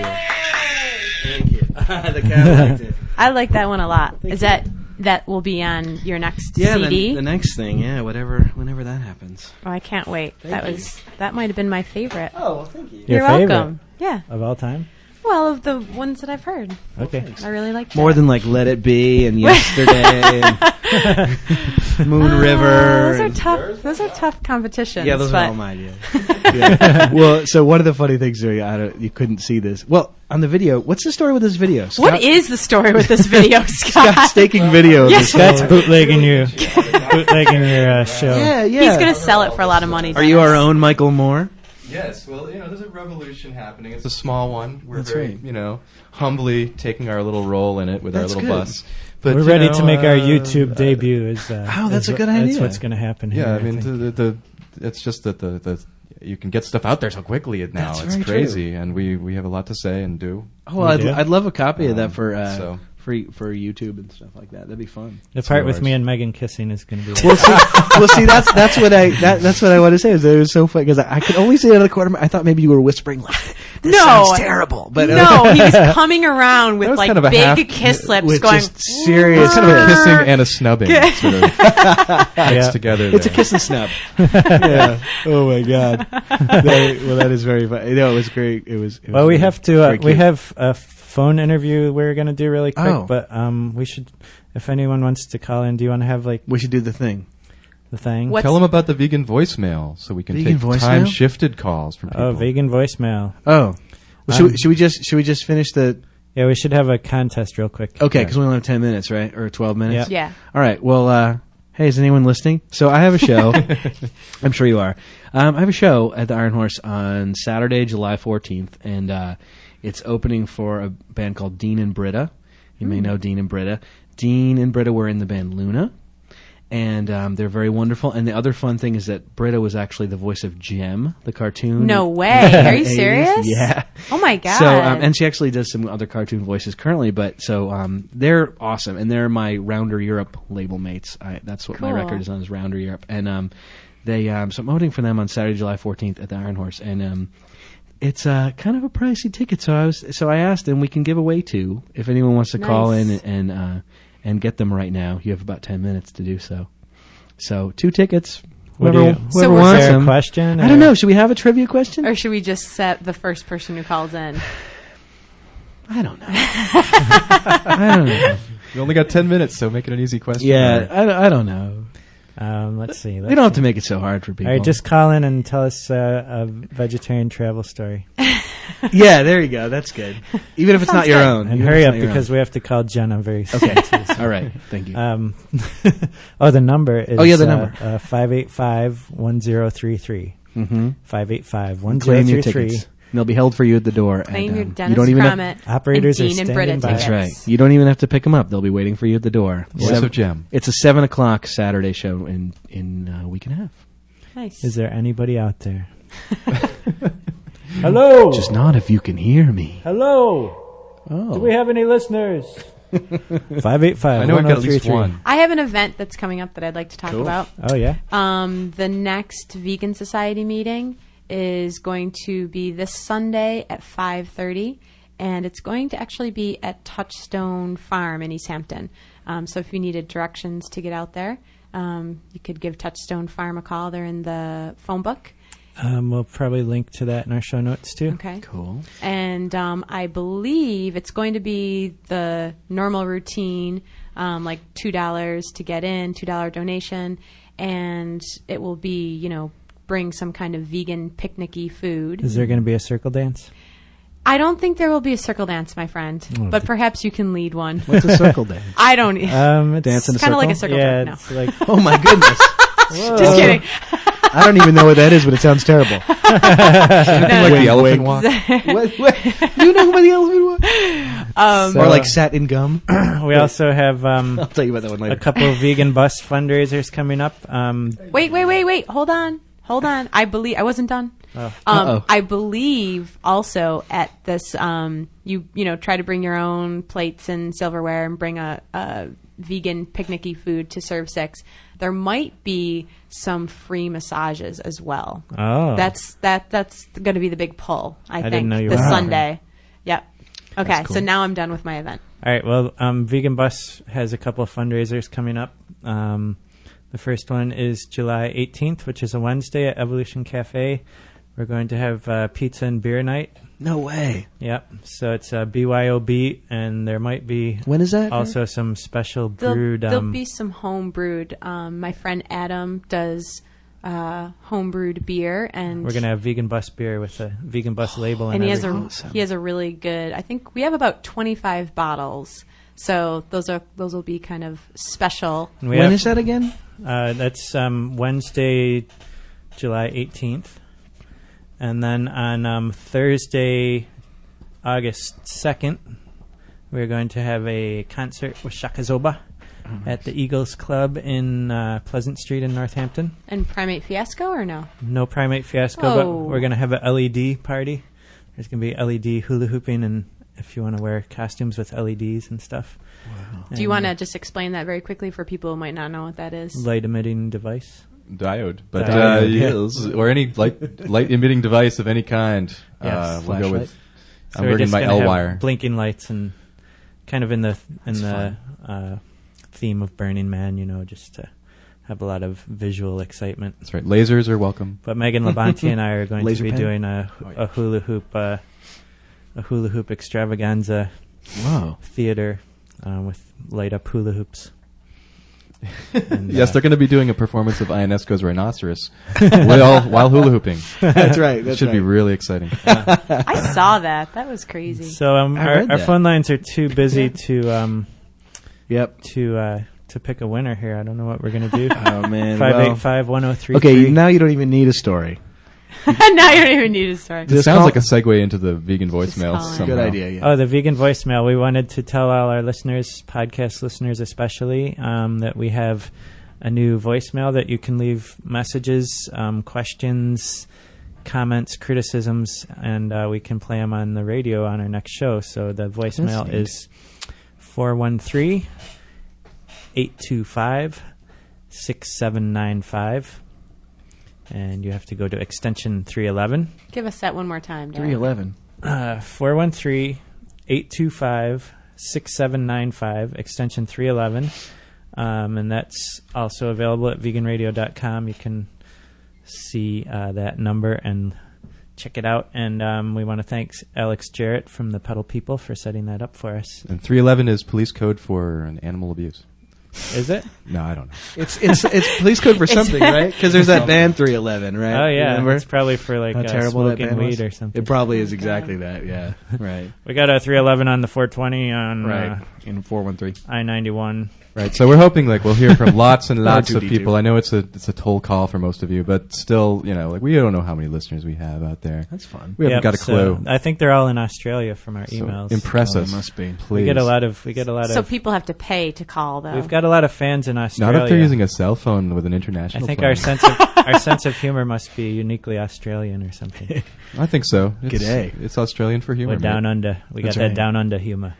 you. the cat liked it. I like that one a lot. Is that that will be on your next Yeah, CD? the, the next thing. Yeah, whatever, whenever that happens. oh, I can't wait. that was that might have been my favorite. Oh, well, thank you. Your You're favorite welcome. Yeah. of all time? Well, of the ones that I've heard, Okay. I really liked More it. than like Let It Be and Yesterday and Moon River. Oh, Ah, Those are and- tough. Those are tough competitions. yeah, those but are all my ideas. Yeah. Well, so one of the funny things, Jerry, I don't, you couldn't see this. Well, on the video, what's the story with this video? Scott, What is the story with this video, Scott? Scott's taking video of Yeah. this? Scott's bootlegging you. bootlegging your uh, show. Yeah, yeah. He's going to sell it for a lot of money. are you our Dennis. own Michael Moore? Yes, well, you know, there's a revolution happening. It's a small one. We're That's very, right. you know, humbly taking our little role in it with That's our little good. bus. But We're you ready know, to make our uh, YouTube uh, debut. Is uh, Oh, that's is a what- good idea. That's what's going to happen. here, Yeah, I mean, think. the, the, the it's just that the, the you can get stuff out there so quickly now. That's it's very crazy, and we we have a lot to say and do. Oh, well, I'd, do. I'd love a copy of that for uh, so. for for YouTube and stuff like that. That'd be fun. the part with yours. me and Megan kissing is going to be. Well, see, well, see, that's that's what I that, that's what I want to say. Is that it was so funny because I, I could only see it out of the corner. of my- I thought maybe you were whispering like, "This No. sounds terrible," but it was- No, he was coming around with was like kind of a big half- kiss lips, with going. just serious. It's kind of a kissing and a snubbing sort of mixed together. It's a there. kiss and snub. yeah. Oh my god. That- well, that is very funny. No, it was great. It was. It was Well, we have to. Uh, very we cute. have a phone interview we're going to do really quick, Oh. but um, we should. If anyone wants to call in, do you want to have like We should do the thing. the thing? What's- Tell them about the vegan voicemail so we can Vegan take time voicemail? shifted calls from people. Oh, vegan voicemail. Oh. Well, should, Um, we, should we just should we just finish the Yeah, we should have a contest real quick. okay because we only have ten minutes right or twelve minutes Yeah. all right well uh, hey is anyone listening so I have a show I'm sure you are um, I have a show at the Iron Horse on Saturday July 14th and uh, it's opening for a band called Dean and Britta you may know Dean and Britta Dean and Britta were in the band Luna and um, they're very wonderful and the other fun thing is that Britta was actually the voice of Jem the cartoon No way. Are you 80s. serious? Mm. yeah Oh my god. so, um, and she actually does some other cartoon voices currently, but so um, they're awesome, and they're my Rounder Europe label mates. I, that's what my Cool. record is on is Rounder Europe, and um, they um, so I'm voting for them on Saturday, July 14th at the Iron Horse, and um, it's uh, kind of a pricey ticket. So I was so I asked, and we can give away two if anyone wants to call Nice. in and and, uh, and get them right now. You have about 10 minutes to do so. So two tickets. What do Whoever, you- whoever So we're- Is wants there a them. question? I don't or- know. Should we have a trivia question? or should we just set the first person who calls in? I don't know. I don't know. You only got ten minutes, so make it an easy question. Yeah, I, don't- I don't know. Um, let's see. We don't have to make it so hard for All people. right, just call in and tell us uh, a vegetarian travel story. yeah, there you go. That's good. Even if it's not your good. own. And Even hurry if up it's not your because we have to call Jenna very soon. own. okay. All right. Thank you. Um, oh, the number is Oh, yeah, the number. uh, uh, 585-1033. mm-hmm. 585-1033. Claim your tickets. and they'll be held for you at the door. Claim and, your um, Dennis you don't even have, Gromit Operators and are Dean and standing Britta by. tickets. That's right. You don't even have to pick them up. They'll be waiting for you at the door. Voice Seven- of Gem. it's a seven o'clock Saturday show in in a week and a half. Nice. Is there anybody out there? Hello. Just not if you can hear me. Hello. Oh, Do we have any listeners? Five eight five. I know I've got at least one. I have an event that's coming up that I'd like to talk about. Oh yeah. Um, the next Vegan Society meeting is going to be this Sunday at 5:30, and it's going to actually be at Touchstone Farm in East Hampton. Um, so if you needed directions to get out there, um, you could give Touchstone Farm a call. They're in the phone book. Um, we'll probably link to that in our show notes too. Okay. cool. and um, I believe it's going to be the normal routine, um, like two dollars to get in, two dollar donation, and it will be you know bring some kind of vegan picnicky food. Is there going to be a circle dance? I don't think there will be a circle dance, my friend, Oh, but perhaps you can lead one. What's a circle day? I don't. e Um, it's Dance in a it's kind of like a circle? circle yeah, dance. it's Oh. like oh my goodness! No, just kidding. I don't even know what that is, but it sounds terrible. No, Like no, the no. elephant walk. what, what? Do you know about the elephant walk? Um, or like satin gum? we also have um, I'll tell you about that one a later. couple of vegan bus fundraisers coming up. Um, Wait, wait, wait, wait. Hold on. Hold on. I believe I wasn't done. Oh. Um, Uh-oh. I believe also at this, um, you you know, try to bring your own plates and silverware and bring a, a vegan picnicky food to serve six. There might be some free massages as well. oh, That's that that's going to be the big pull. I, think didn't know you this were- Wow. Sunday. Yep. Okay, cool. so now I'm done with my event. All right. Well, um, Vegan Bus has a couple of fundraisers coming up. Um, the first one is July 18th, which is a Wednesday at Evolution Cafe. We're going to have uh, pizza and beer night. No way. Yep. So it's uh, BYOB, and there might be When is that? also some special There'll, brewed. there'll Um, be some home brewed. Um, my friend Adam does uh, home brewed beer, and we're gonna have Vegan Bus beer with a Vegan Bus label, and, and he has a everything. he has a really good. I think we have about twenty five bottles, so those are those will be kind of special. And we When have- is that again? Uh, that's um, Wednesday, July 18th. And then on um, Thursday, August 2nd, we're going to have a concert with Shakazoba Mm-hmm. at the Eagles Club in uh, Pleasant Street in Northampton. And Primate Fiasco or no? No Primate Fiasco, Oh. but we're going to have a LED party. There's going to be LED hula hooping, and if you want to wear costumes with LEDs and stuff. Do you want to just explain that very quickly for people who might not know what that is? Light emitting device. Diode, but Diode, uh, yeah. yes, or any light light emitting device of any kind. uh, Yes, we'll go with. flashlight. So I'm we're working just my gonna L have wire. blinking lights, and kind of in the in That's the uh, theme of Burning Man, you know, just to have a lot of visual excitement. That's right. Lasers are welcome. But Megan Labonte and I are going to Laser be pen? doing a, a hula hoop uh, a hula hoop extravaganza Whoa. theater uh, with light up hula hoops. And, Yes, uh, they're going to be doing a performance of Ionesco's Rhinoceros while, while hula hooping. That's right. It That should be really exciting. I saw that. That was crazy. So um, I our, read our that. phone lines are too busy to um, Yep. to uh, to pick a winner here. I don't know what we're gonna do. Oh man. Five well- eight five one zero three. Okay, now you don't even need a story. now you don't even need a story. It Just sounds call- like a segue into the vegan voicemail call it. somehow. Good idea. Yeah. Oh, the vegan voicemail. We wanted to tell all our listeners, podcast listeners especially, um, that we have a new voicemail that you can leave messages, um, questions, comments, criticisms, and uh, we can play them on the radio on our next show. So the voicemail neat. is 413 825 6795. And you have to go to extension 311. Give us that one more time. Dan. Three eleven. Uh, 413 825 6795, extension 311. Um, and that's also available at veganradio.com. You can see uh, that number and check it out. And um, we want to thank Alex Jarrett from the Pedal People for setting that up for us. And 311 is police code for an animal abuse. Is it? No, I don't know. It's it's it's police code for It's- something, right? Because there's that ban three eleven, right? Oh yeah, Remember? it's probably for like uh, How terrible that smoking band was? weed or something. It probably is exactly that. Yeah, right, we got a 311 on the 420 on uh, right. In four one three. I 91. Right. So we're hoping like we'll hear from lots and lots of R2D2. people. I know it's a it's a toll call for most of you, but still, you know, like we don't know how many listeners we have out there. That's fun. We haven't got a so clue. I think they're all in Australia from our So emails. impress Oh, us, they must be. please. we get a lot of we get a lot So of people have to pay to call, though. we've got a lot of fans in Australia. Not if they're using a cell phone with an I international. think plan. our sense of our sense of humor must be uniquely Australian or something. I think so. It's, G'day. It's Australian for humor. We're down mate. under. We got That's that right. down under humor.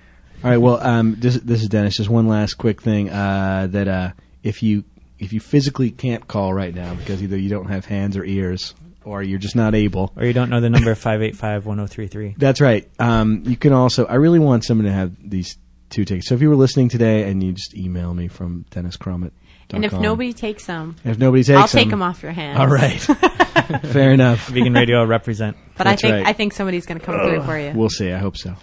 All right. Well, um, this this is Dennis. Just one last quick thing uh, that uh, if you if you physically can't call right now because either you don't have hands or ears or you're just not able. Or you don't know the number 585-1033. That's right. Um, you can also. I really want someone to have these two tickets. So if you were listening today and you just email me from Dennis Cromit. and if nobody takes them, if nobody takes, I'll take them them off your hands. All right. Fair enough. Vegan Radio represent. But I That's think right. I think somebody's going to come through for you. We'll see. I hope so.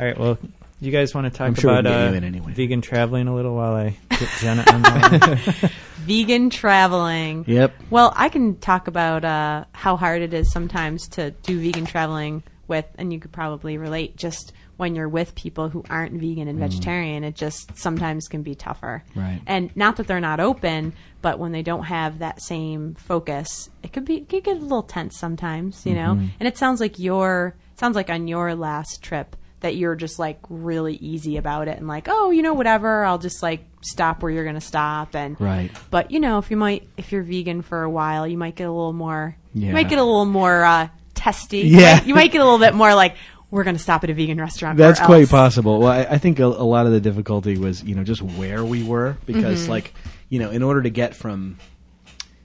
All right, well, you guys want to talk I'm sure we about can get uh, you in anyway. vegan traveling a little while I get Jenna online? Vegan traveling. Yep. Well, I can talk about uh, how hard it is sometimes to do vegan traveling with, and you could probably relate just when you're with people who aren't vegan and vegetarian, it just sometimes can be tougher. Right. And not that they're not open, but when they don't have that same focus, it could be it could get a little tense sometimes, you know. And it sounds like your it sounds like on your last trip that you're just like really easy about it and like, oh, you know, whatever, I'll just like stop where you're gonna stop and Right. but you know, if you might, if you're vegan for a while, you might get a little more. Yeah. You might get a little more uh, testy. Yeah. You might, you might get a little bit more like we're going to stop at a vegan restaurant. or That's quite else." possible. Well, I, I think a, a lot of the difficulty was, you know, just where we were Mm-hmm. because, like, you know, in order to get from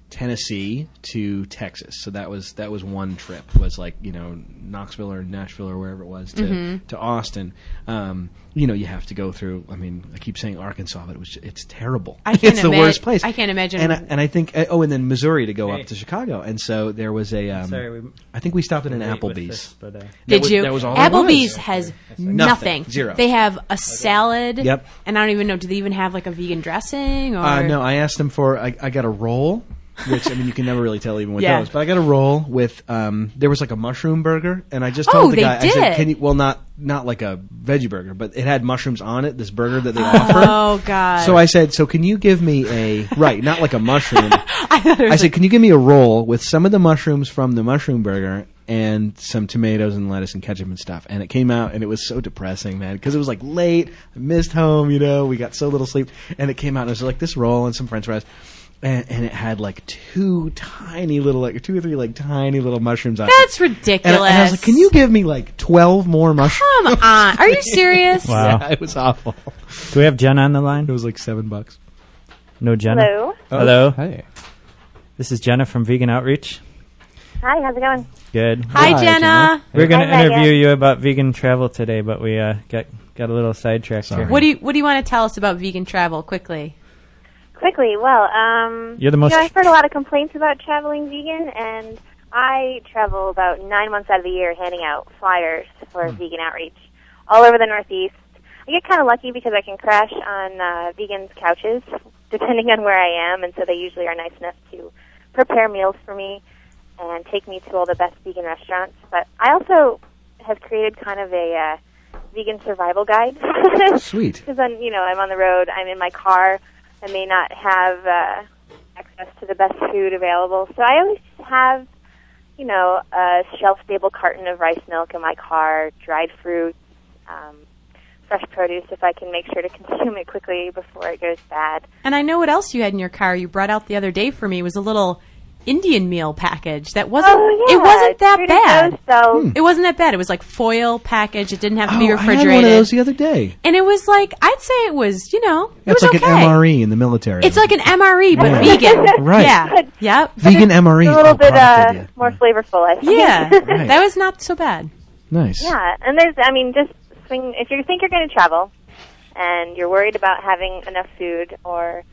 Tennessee to Texas, so that was that was one trip was like, you know, Knoxville or Nashville or wherever it was to Mm-hmm. to Austin. Um, you know, you have to go through. I mean, I keep saying Arkansas, but it was it's terrible. I can't it's the ima- worst place. I can't imagine- And I, and I think oh, and then Missouri to go Hey. up to Chicago, and so there was a. Um, Sorry, we- I think we stopped at an Wait with Applebee's. this, but, uh, Did was- you? that was all there was. Applebee's has nothing. Nothing. Zero. They have a salad. Yep. And I don't even know. Do they even have like a vegan dressing? Or Oh, Uh, no, I asked them for. I, I got a roll, which I mean, you can never really tell even with Yeah. those. But I got a roll with. Um, there was like a mushroom burger, and I just Oh, told the they guy, I said, did. "Can you?" Well, not not like a veggie burger, but it had mushrooms on it. This burger that they offer. Oh God. So I said, "So can you give me a right? Not like a mushroom." I thought it I was said, "Can you give me a roll with some of the mushrooms from the mushroom burger?" And some tomatoes and lettuce and ketchup and stuff, and it came out and it was so depressing, man, because it was like late. I missed home, you know. We got so little sleep, and it came out and it was like this roll and some French fries, and, and it had like two tiny little, like two or three like tiny little mushrooms on That's it. And I, and I was like, ridiculous. "Can you give me like twelve more mushrooms?" Come on. Are you serious? Wow. Yeah, it was awful. Do we have Jenna on the line? It was like seven bucks. No Jenna. Hello. Oh, Hello. Hey. This is Jenna from Vegan Outreach. Hi, how's it going? Good. Hi, Jenna. Hi, Jenna. We're going to Hi, Megan. interview you about vegan travel today, but we uh, got got a little sidetracked here. What do you What do you want to tell us about vegan travel quickly? Quickly, well, um, You're the most- You know, I've heard a lot of complaints about traveling vegan, and I travel about nine months out of the year, handing out flyers Hmm. for vegan outreach all over the Northeast. I get kind of lucky because I can crash on uh, vegans' couches, depending on where I am, and so they usually are nice enough to prepare meals for me and take me to all the best vegan restaurants. But I also have created kind of a uh, vegan survival guide. Sweet. because then you know I'm on the road, I'm in my car, I may not have uh, access to the best food available, so I always have you know a shelf-stable carton of rice milk in my car, dried fruits, um, fresh produce if I can make sure to consume it quickly before it goes bad. And I know what else you had in your car. You brought out the other day for me was a little Indian meal package that wasn't. Oh yeah, It wasn't that Trader bad. Joe's sells It wasn't that bad. It was like foil package. It didn't have to Oh, be I had refrigerated. one of those the other day. and it was like I'd say it was you know it That's was like okay. an MRE in the military. It's like an MRE but Yeah. vegan. Right. Yeah. Yep. vegan MRE. a little Oh, bit product uh, idea. more flavorful, I think. Yeah. Right. That was not so bad. Nice. Yeah, and there's, I mean, just swing. If you think you're going to travel, and you're worried about having enough food or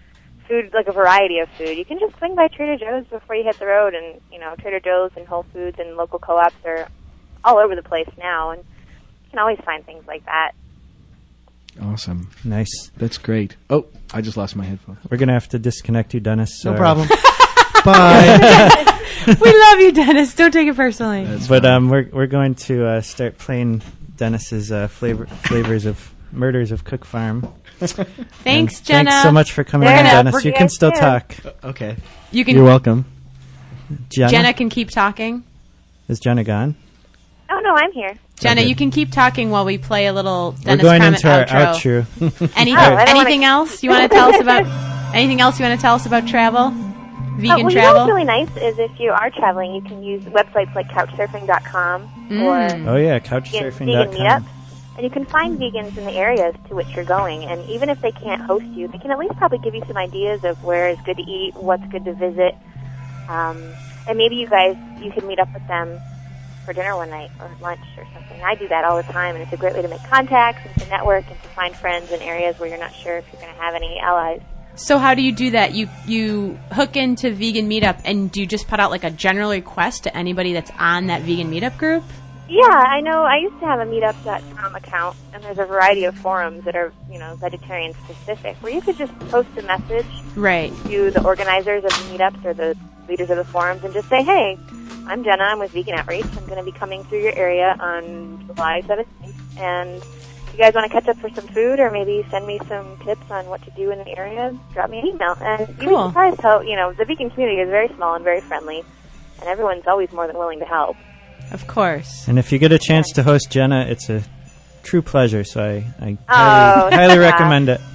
food like a variety of food, you can just swing by Trader Joe's before you hit the road. And you know, Trader Joe's and Whole Foods and local co-ops are all over the place now, and you can always find things like that. Awesome. Nice. That's great. Oh, I just lost my headphones. We're gonna have to disconnect you, Dennis. No Sorry. problem. Bye. we love you, Dennis. Don't take it personally. That's But fine. um, we're we're going to uh, start playing Dennis's uh, flavor flavors of murders of Cook Farm. Thanks, And Jenna. Thanks so much for coming Jenna, in, Dennis. we're You can good still too. talk. okay. You can. You're welcome. Jenna, Jenna can keep talking. is Jenna gone? Oh no, I'm here. Jenna, Okay. you can keep talking while we play a little Dennis we're going Crammett into our outro. outro. Anything, Oh, I don't anything else you want to tell us about? Anything else you want to tell us about travel? Uh, Vegan well, you know travel. what's really nice is if you are traveling, you can use websites like Couchsurfing.com Mm. or Oh yeah, vegan, vegan meetups, couchsurfing.com. and you can find vegans in the areas to which you're going. And even if they can't host you, they can at least probably give you some ideas of where is good to eat, what's good to visit, um, and maybe you guys you can meet up with them for dinner one night or lunch or something. I do that all the time, and it's a great way to make contacts and to network and to find friends in areas where you're not sure if you're going to have any allies. So how do you do that? You you hook into vegan meetup and do you just put out like a general request to anybody that's on that vegan meetup group? Yeah, I know. I used to have a meetup.com account, and there's a variety of forums that are, you know, vegetarian specific, where you could just post a message Right. to the organizers of the meetups or the leaders of the forums and just say, hey, I'm Jenna. I'm with Vegan Outreach. I'm going to be coming through your area on July 17th. And if you guys want to catch up for some food or maybe send me some tips on what to do in the area, drop me an email. And you'd Cool. be surprised how, you know, the vegan community is very small and very friendly, and everyone's always more than willing to help. Of course. And if you get a chance to host Jenna, it's a true pleasure. So I, I Oh, highly, highly yeah. recommend it.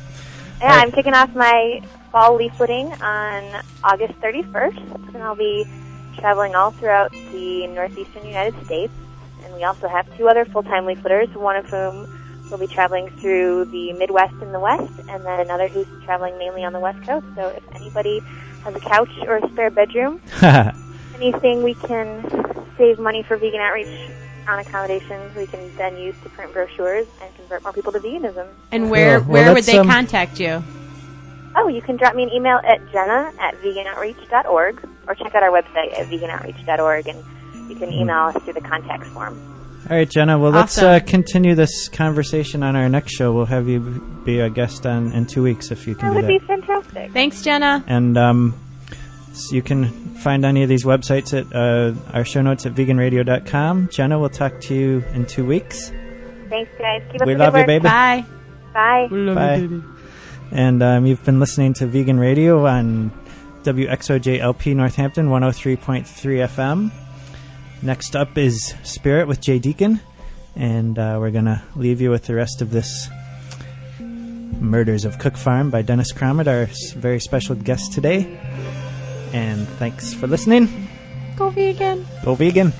Yeah, I'm kicking off my fall leafleting on August 31st, and I'll be traveling all throughout the northeastern United States. And we also have two other full-time leafleters, one of whom will be traveling through the Midwest and the West, and then another who's traveling mainly on the West Coast. So if anybody has a couch or a spare bedroom, anything we can save money for vegan outreach on accommodations, we can then use to print brochures and convert more people to veganism. And where Cool. Well, where would let's, they um, contact you? Oh, you can drop me an email at jenna at veganoutreach.org or check out our website at veganoutreach.org and you can Mm-hmm. email us through the contact form. All right, Jenna. Well, let's Awesome. uh, continue this conversation on our next show. We'll have you be a guest on in two weeks if you That can do would that. be fantastic. Thanks, Jenna. and um, so you can find any of these websites at uh, our show notes at veganradio.com. Jenna, we'll talk to you in two weeks. Thanks, guys. Keep up We the love good you, baby. work. Bye. Bye. Bye. And um, you've been listening to Vegan Radio on WXOJLP Northampton 103.3 FM. Next up is Spirit with Jay Deacon. And uh, we're going to leave you with the rest of this Murders of Cook Farm by Dennis Crommett, our s- very special guest today. And thanks for listening. Go vegan. Go vegan.